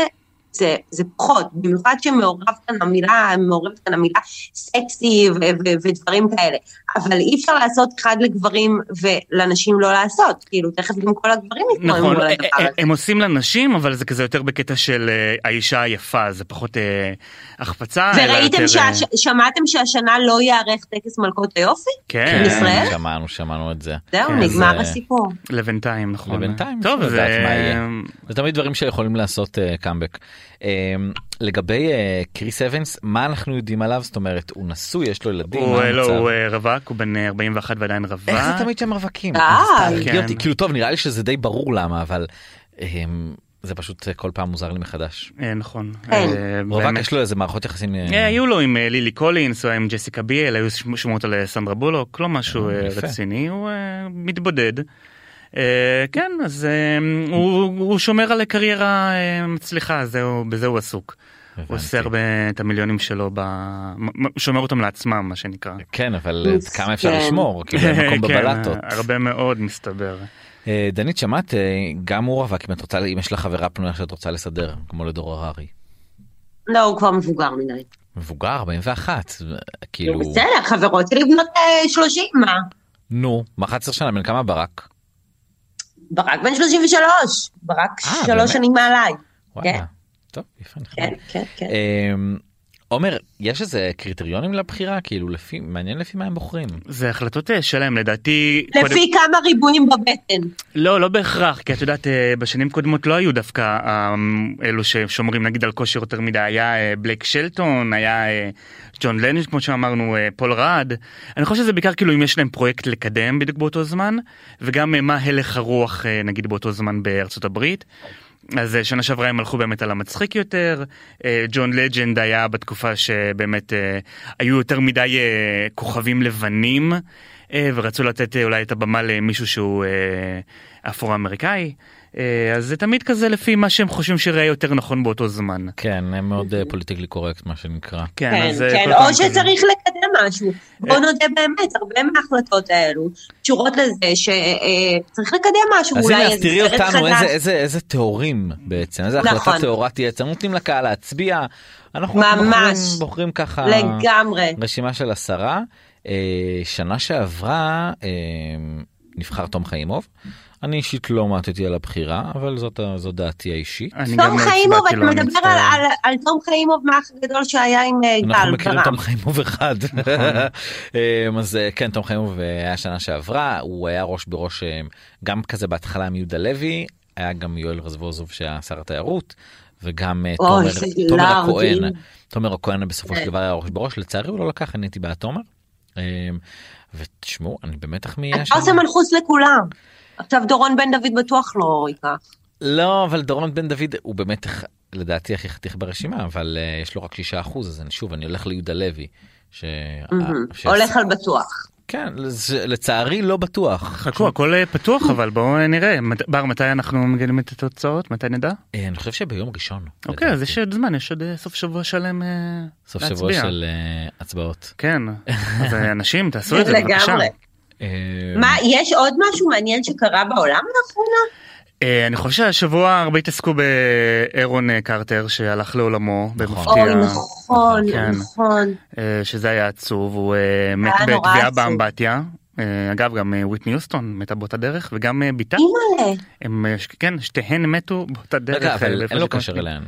[SPEAKER 3] זה, זה פחות, במיוחד שמעורבת כאן המילה, מעורבת כאן המילה סקסי ו- ו- ודברים כאלה, אבל אי אפשר לעשות אחד לגברים ולנשים לא לעשות, כאילו תכף גם כל הגברים יתנועמו
[SPEAKER 6] נכון,
[SPEAKER 3] על
[SPEAKER 6] אה,
[SPEAKER 3] הדבר
[SPEAKER 6] אה,
[SPEAKER 3] הזה.
[SPEAKER 6] הם עושים לנשים, אבל זה כזה יותר בקטע של אה, האישה היפה, זה פחות אה, החפצה. אלא
[SPEAKER 3] וראיתם,
[SPEAKER 6] יותר, אה,
[SPEAKER 3] שהש- שמעתם שהשנה לא ייערך טקס מלכות היופי?
[SPEAKER 6] כן,
[SPEAKER 2] כן,
[SPEAKER 3] ישראל?
[SPEAKER 2] שמענו, שמענו את זה.
[SPEAKER 3] זהו,
[SPEAKER 6] כן,
[SPEAKER 3] נגמר
[SPEAKER 2] זה-
[SPEAKER 3] הסיפור.
[SPEAKER 6] לבינתיים, נכון.
[SPEAKER 2] לבינתיים,
[SPEAKER 6] טוב, אה,
[SPEAKER 2] אפשר
[SPEAKER 6] זה...
[SPEAKER 2] לדעת מה יהיה. זה תמיד דברים שיכולים לעשות אה, קאמבק. אה, לגבי אה, קריס אבנס, מה אנחנו יודעים עליו? זאת אומרת, הוא נשוי, יש לו ילדים, מה
[SPEAKER 6] הוא אה, לא,
[SPEAKER 2] המצב?
[SPEAKER 6] הוא אה, רווק, הוא בן אה, 41 ועדיין רווק.
[SPEAKER 2] איך זה תמיד שהם רווקים?
[SPEAKER 3] די.
[SPEAKER 2] אז תהרגי
[SPEAKER 6] כן.
[SPEAKER 2] אותי. כאילו טוב נראה לי שזה די ברור למה אבל אמ, זה פשוט אה, כל פעם מוזר לי מחדש.
[SPEAKER 6] אה, נכון.
[SPEAKER 3] כן.
[SPEAKER 6] אה,
[SPEAKER 2] רווק
[SPEAKER 6] באמת.
[SPEAKER 2] יש לו איזה מערכות יחסים. אה,
[SPEAKER 6] אה, היו לו עם אה, לילי קולינס או עם ג'סיקה ביאל, היו שמ- שמועות על אה, סנדרה בולוק, לא משהו אה,
[SPEAKER 2] יפה.
[SPEAKER 6] רציני, הוא אה, מתבודד. אה, כן, אז אה, הוא הוא שומר על קריירה אה, מצליחה, זהו- בזה הוא עסוק.
[SPEAKER 2] הבנתי.
[SPEAKER 6] הוא עושה הרבה את המיליונים שלו, ב... מ- מ- שומר אותם לעצמם, מה שנקרא.
[SPEAKER 2] כן אבל אה, כמה אפשר
[SPEAKER 3] כן. אה,
[SPEAKER 2] לשמור כאילו אין מקום
[SPEAKER 6] כן,
[SPEAKER 2] בבלטות.
[SPEAKER 6] הרבה מאוד מסתבר.
[SPEAKER 2] אה, דנית שמעת אה, גם הוא רווק אם את רוצה אם יש לך חברה פנויה שאת רוצה לסדר כמו לדור הררי.
[SPEAKER 3] לא, הוא כבר מבוגר מדי.
[SPEAKER 2] מבוגר 41 כאילו
[SPEAKER 3] בסדר, חברות שלי בנות אה, 30, מה?
[SPEAKER 2] נו מה 11 שנה בן כמה ברק.
[SPEAKER 3] ברק בן 33, ברק
[SPEAKER 2] אה, באמת?
[SPEAKER 3] שלוש שנים מעליי.
[SPEAKER 2] וואלה.
[SPEAKER 3] כן.
[SPEAKER 2] טוב יפה נחמד.
[SPEAKER 3] כן, כן, כן.
[SPEAKER 2] אמ, עומר יש איזה קריטריונים לבחירה כאילו לפי מעניין לפי מה הם בוחרים.
[SPEAKER 3] כן.
[SPEAKER 6] זה החלטות אה, שלהם, לדעתי... אה, קודם-
[SPEAKER 3] לפי כמה ריבועים בבטן.
[SPEAKER 6] לא, לא בהכרח, כי את יודעת, אה, בשנים קודמות לא היו דווקא אה, אלו ששומרים נגיד על כושר יותר מדי, היה אה, בלייק שלטון, היה אה, ג'ון לנג' כמו שאמרנו, אה, פול רד. אני חושב שזה בעיקר כאילו אם יש להם פרויקט לקדם בדיוק באותו זמן, וגם אה, מה הלך הרוח אה, נגיד באותו זמן בארצות הברית. אז אה, שנה שעברה הם הלכו באמת על המצחיק יותר, אה, ג'ון לג'נד היה בתקופה שבאמת אה, היו יותר מדי אה, כוכבים לבנים, אה, ורצו לתת אה, אולי את הבמה למישהו שהוא אה, אפרו-אמריקאי, אה, אז זה תמיד כזה לפי מה שהם חושבים שיראה יותר נכון באותו זמן.
[SPEAKER 2] כן הם מאוד אה, פוליטיקלי קורקט מה שנקרא.
[SPEAKER 3] כן,
[SPEAKER 6] אז, אה,
[SPEAKER 3] כן,
[SPEAKER 6] כל פעם
[SPEAKER 3] או
[SPEAKER 6] כזה.
[SPEAKER 3] שצריך לקדם משהו. בוא נודה באמת, הרבה מההחלטות האלו קשורות לזה שצריך לקדם משהו,
[SPEAKER 2] אז
[SPEAKER 3] אולי
[SPEAKER 2] הנה אז
[SPEAKER 3] איזה
[SPEAKER 2] תראי
[SPEAKER 3] סרט
[SPEAKER 2] אותנו
[SPEAKER 3] חדש.
[SPEAKER 2] איזה איזה איזה טהורים בעצם איזה
[SPEAKER 3] נכון.
[SPEAKER 2] החלטה טהורה תהיה אתם נותנים לקהל להצביע אנחנו
[SPEAKER 3] ממש.
[SPEAKER 2] בוחרים- בוחרים ככה
[SPEAKER 3] לגמרי.
[SPEAKER 2] רשימה של עשרה אה, שנה שעברה אה, נבחר תום חיימוב אני אישית לא מעטתי על הבחירה אבל זאת ה- זו דעתי האישית.
[SPEAKER 6] אני גם
[SPEAKER 3] תום
[SPEAKER 6] לא
[SPEAKER 3] חיימוב,
[SPEAKER 6] הצבעתי
[SPEAKER 3] אתה
[SPEAKER 6] לו, אני
[SPEAKER 3] מדבר
[SPEAKER 6] מצטער.
[SPEAKER 3] על- על- על תום חיימוב מהאח הגדול שהיה עם אה,
[SPEAKER 2] אנחנו
[SPEAKER 3] גל
[SPEAKER 2] מכירים
[SPEAKER 3] ברם.
[SPEAKER 2] תום חיימוב אחד
[SPEAKER 3] נכון.
[SPEAKER 2] אמ, אז אה, כן תום חיימוב אה, היה שנה שעברה הוא היה ראש בראש אה, גם כזה בהתחלה עם יהודה לוי היה גם יואל רזבוזוב שהיה שר התיירות וגם אה,
[SPEAKER 3] אוי,
[SPEAKER 2] תומר-
[SPEAKER 3] איזה
[SPEAKER 2] תומר
[SPEAKER 3] לארג'ים.
[SPEAKER 2] הכהן תומר הכהן בסופו של
[SPEAKER 3] כן.
[SPEAKER 2] דבר היה ראש בראש לצערי הוא לא לקח אני הייתי בעד תומר. אמ, ותשמעו אני במתח מי היה
[SPEAKER 3] אתה עושה מנחוס לכולם. עכשיו דורון בן דוד בטוח לא ייקח.
[SPEAKER 2] לא אבל דורון בן דוד הוא באמת אח- לדעתי הכי חתיך ברשימה אבל אה, יש לו רק 6 אחוז אז אני שוב אני הולך ליהודה לוי. ש...
[SPEAKER 3] מהמם.
[SPEAKER 2] ש-
[SPEAKER 3] הולך על בטוח.
[SPEAKER 2] כן, לצ- לצערי לא בטוח.
[SPEAKER 6] חכו, הכל אה, פתוח, אבל בואו נראה. מת- בר, מתי אנחנו מגלים את התוצאות? מתי נדע?
[SPEAKER 2] אה, אני חושב שביום ראשון.
[SPEAKER 6] אוקיי,
[SPEAKER 2] לדעתי.
[SPEAKER 6] אז יש עוד זמן, יש עוד אה, סוף שבוע שלם אה,
[SPEAKER 2] סוף
[SPEAKER 6] להצביע.
[SPEAKER 2] שבוע של אה, הצבעות.
[SPEAKER 6] כן, אז אה, אנשים, תעשו את זה, בבקשה.
[SPEAKER 3] לגמרי.
[SPEAKER 2] אה,
[SPEAKER 6] כן.
[SPEAKER 3] מה, יש עוד משהו מעניין שקרה בעולם לאחרונה?
[SPEAKER 6] אה, אני חושב שהשבוע הרבה התעסקו באירון אה, קרטר שהלך לעולמו במפתיע,
[SPEAKER 3] אוי, נכון,
[SPEAKER 6] כן.
[SPEAKER 3] נכון.
[SPEAKER 6] אה, שזה היה עצוב, הוא אה, מת
[SPEAKER 3] היה נורא
[SPEAKER 6] בתביעה
[SPEAKER 3] עצוב.
[SPEAKER 6] באמבטיה. אה, אגב, גם אה, וויטני יוסטון מתה באותה דרך, וגם אה, בתה,
[SPEAKER 3] אימא'לה.
[SPEAKER 6] הם, אה, ש- כן, שתיהן מתו באותה דרך.
[SPEAKER 2] רגע,
[SPEAKER 6] אה,
[SPEAKER 2] אבל
[SPEAKER 6] באיפה
[SPEAKER 2] אין לו
[SPEAKER 6] שכולם-
[SPEAKER 2] קשר אליהן.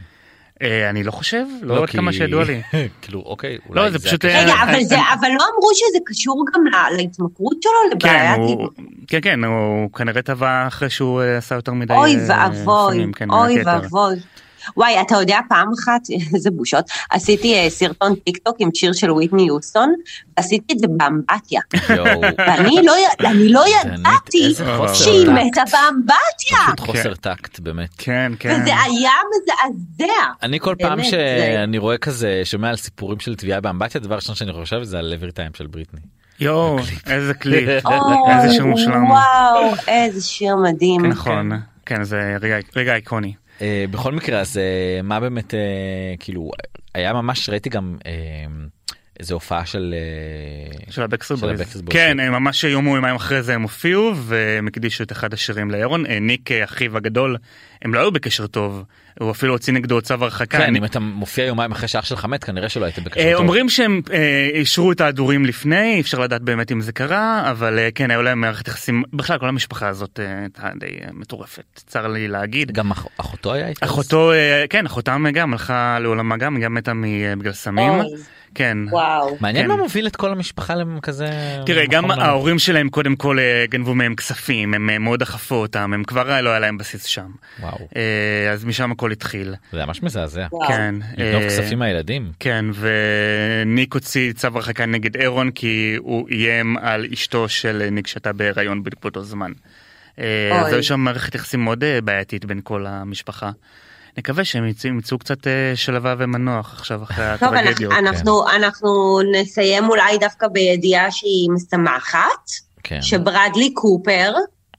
[SPEAKER 6] אה, אני לא חושב, לא עד
[SPEAKER 2] כי-
[SPEAKER 6] כמה שידוע לי.
[SPEAKER 2] כאילו, אוקיי, אולי
[SPEAKER 6] לא, זה פשוט...
[SPEAKER 2] הקשר.
[SPEAKER 6] אה,
[SPEAKER 3] רגע, אבל
[SPEAKER 6] אני-
[SPEAKER 3] זה, אבל לא אמרו שזה קשור גם לה- להתמכרות שלו,
[SPEAKER 6] כן,
[SPEAKER 3] לבעיית...
[SPEAKER 6] הוא,
[SPEAKER 3] כאילו.
[SPEAKER 6] כן, כן, הוא כנראה טבע אחרי שהוא אה, עשה יותר מדי...
[SPEAKER 3] אוי
[SPEAKER 6] אה,
[SPEAKER 3] ואבוי,
[SPEAKER 6] סמים, כן,
[SPEAKER 3] אוי
[SPEAKER 6] מהכתר.
[SPEAKER 3] ואבוי. וואי, אתה יודע, פעם אחת, איזה בושות, עשיתי אה, סרטון טיק טוק עם שיר של וויטני יוסטון, עשיתי את זה באמבטיה.
[SPEAKER 2] יואו,
[SPEAKER 3] ואני לא, י- אני לא
[SPEAKER 2] דנית,
[SPEAKER 3] ידעתי
[SPEAKER 2] איזה
[SPEAKER 6] חוסר
[SPEAKER 3] שהיא
[SPEAKER 2] טקט.
[SPEAKER 3] מתה באמבטיה,
[SPEAKER 2] פשוט חוסר טקט, באמת.
[SPEAKER 6] כן, כן.
[SPEAKER 3] וזה היה מזעזע.
[SPEAKER 2] אני כל פעם
[SPEAKER 3] באמת,
[SPEAKER 2] שאני רואה כזה, שומע על סיפורים של טביעה באמבטיה, הדבר הראשון שאני חושב זה על every time של בריטני.
[SPEAKER 6] יואו, איזה קליפ.
[SPEAKER 2] זה-
[SPEAKER 3] אוי,
[SPEAKER 6] איזה שיר מושלם.
[SPEAKER 3] אה, וואו, איזה שיר מדהים.
[SPEAKER 6] נכון, כן, זה רגע, רגע איקוני.
[SPEAKER 2] אה, בכל מקרה אז אה, מה באמת אה, כאילו היה ממש ראיתי גם אה, איזה הופעה של אה,
[SPEAKER 6] של הבקסטריט
[SPEAKER 2] של
[SPEAKER 6] בויז.
[SPEAKER 2] ה-Backstreet Boys.
[SPEAKER 6] כן, הם ממש יום או יומיים אחרי זה הם הופיעו, והם הקדישו את אחד השירים לאירון. אה, ניק, אה, אחיו הגדול, הם לא היו בקשר טוב. הוא אפילו הוציא נגדו צו הרחקה.
[SPEAKER 2] כן,
[SPEAKER 6] אני-
[SPEAKER 2] אם אתה מופיע יומיים אחרי שאח שלך מת כנראה שלא היית בקשר
[SPEAKER 6] אה,
[SPEAKER 2] טוב.
[SPEAKER 6] אומרים שהם אה, אישרו את ההדורים לפני, אי אפשר לדעת באמת אם זה קרה, אבל אה, כן, היו להם מערכת יחסים, בכלל כל המשפחה הזאת אה, הייתה די אה, מטורפת, צר לי להגיד.
[SPEAKER 2] גם אח- אחותו היה איתו.
[SPEAKER 6] אחותו, אה, כן, אחותם אה, גם הלכה לעולמה גם, היא גם מתה מ- אה, בגלל סמים.
[SPEAKER 3] אוי.
[SPEAKER 6] כן.
[SPEAKER 3] וואו.
[SPEAKER 2] מעניין
[SPEAKER 6] כן.
[SPEAKER 2] מה מוביל את כל המשפחה לכזה...
[SPEAKER 6] תראה, גם
[SPEAKER 2] מקום
[SPEAKER 6] ההורים שלהם קודם כל אה, גנבו מהם כספים, הם אה, מאוד דחפו אותם, הם כבר אה, לא היה להם בסיס שם.
[SPEAKER 2] וואו,
[SPEAKER 6] אה, אז משם הכל התחיל.
[SPEAKER 2] זה ממש מזעזע.
[SPEAKER 3] וואו.
[SPEAKER 6] כן.
[SPEAKER 2] לגנוב
[SPEAKER 6] אה,
[SPEAKER 2] כספים מהילדים.
[SPEAKER 6] כן, וניק הוציא צו הרחקה נגד אירון כי הוא איים על אשתו של ניק שהייתה בהיריון בדיוק באותו זמן. אה, אז
[SPEAKER 3] אוי.
[SPEAKER 6] היו שם מערכת יחסים מאוד אה, בעייתית בין כל המשפחה. נקווה שהם יצאו- ימצאו קצת אה, שלווה ומנוח עכשיו אחרי
[SPEAKER 3] טוב,
[SPEAKER 6] הטרגדיות.
[SPEAKER 3] אנחנו, אנחנו, אנחנו נסיים אולי דווקא בידיעה שהיא משמחת,
[SPEAKER 2] כן.
[SPEAKER 3] שברדלי קופר,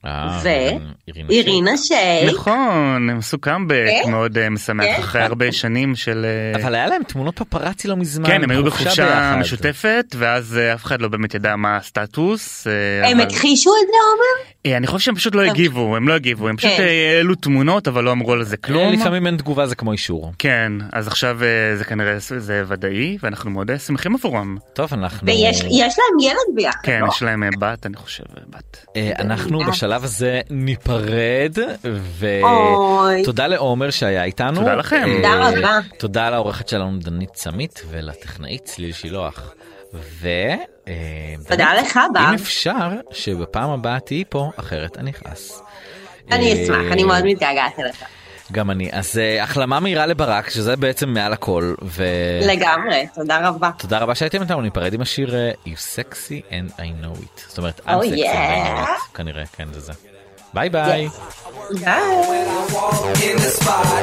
[SPEAKER 2] אה,
[SPEAKER 3] ו-
[SPEAKER 2] אירינה שי.
[SPEAKER 3] אירינה שיי.
[SPEAKER 6] אוקיי. נכון, הם עשו קאמבק
[SPEAKER 3] כן.
[SPEAKER 6] מאוד אה, משמח
[SPEAKER 3] כן.
[SPEAKER 6] אחרי הרבה שנים של... אה,
[SPEAKER 2] אבל היה להם תמונות פפראצי לא מזמן.
[SPEAKER 6] כן, הם היו בחופשה
[SPEAKER 2] ביחד.
[SPEAKER 6] משותפת, ואז אה, אף אחד לא באמת ידע מה הסטטוס. אה,
[SPEAKER 3] הם
[SPEAKER 6] אבל-
[SPEAKER 3] הכחישו את זה, עומר?
[SPEAKER 6] אה, אני חושב שהם פשוט לא
[SPEAKER 3] הם-
[SPEAKER 6] הגיבו, הם לא הגיבו, הם פשוט
[SPEAKER 3] כן.
[SPEAKER 6] אה, העלו תמונות, אבל לא אמרו על זה כלום.
[SPEAKER 2] אה, לפעמים אין תגובה זה כמו אישור.
[SPEAKER 6] כן, אז עכשיו אה, זה כנראה זה ודאי, ואנחנו מאוד אה, שמחים עבורם.
[SPEAKER 2] טוב, אנחנו...
[SPEAKER 3] ויש יש להם ילד ביחד.
[SPEAKER 6] כן,
[SPEAKER 3] לא?
[SPEAKER 6] יש להם אה, בת, אני חושב, אה, בת.
[SPEAKER 2] אה,
[SPEAKER 3] אוקיי.
[SPEAKER 2] אנחנו בשלב הזה ניפרד,
[SPEAKER 3] אוי.
[SPEAKER 2] ותודה לעומר שהיה איתנו.
[SPEAKER 6] תודה לכם.
[SPEAKER 2] אה,
[SPEAKER 3] תודה רבה.
[SPEAKER 2] תודה לעורכת שלנו דנית צמית ולטכנאית צליל שילוח. ו... אה,
[SPEAKER 3] תודה
[SPEAKER 2] דנית,
[SPEAKER 3] לך, בר.
[SPEAKER 2] אם אפשר שבפעם הבאה תהיי פה, אחרת אני אכעס.
[SPEAKER 3] אני
[SPEAKER 2] אה,
[SPEAKER 3] אשמח, אני מאוד מתגעגעת אליך.
[SPEAKER 6] כן.
[SPEAKER 2] גם אני. אז אה, החלמה מהירה לברק, שזה בעצם מעל הכל. ו...
[SPEAKER 3] לגמרי, תודה רבה.
[SPEAKER 2] תודה רבה שהייתם איתנו, ניפרד עם השיר אה, You Sexy and I Know It. זאת אומרת, I'm
[SPEAKER 3] Oh,
[SPEAKER 2] sexy and I know
[SPEAKER 3] yeah.
[SPEAKER 2] it, כנראה, כן, זה זה. ביי ביי.
[SPEAKER 3] ביי.
[SPEAKER 4] When I walk in the spot,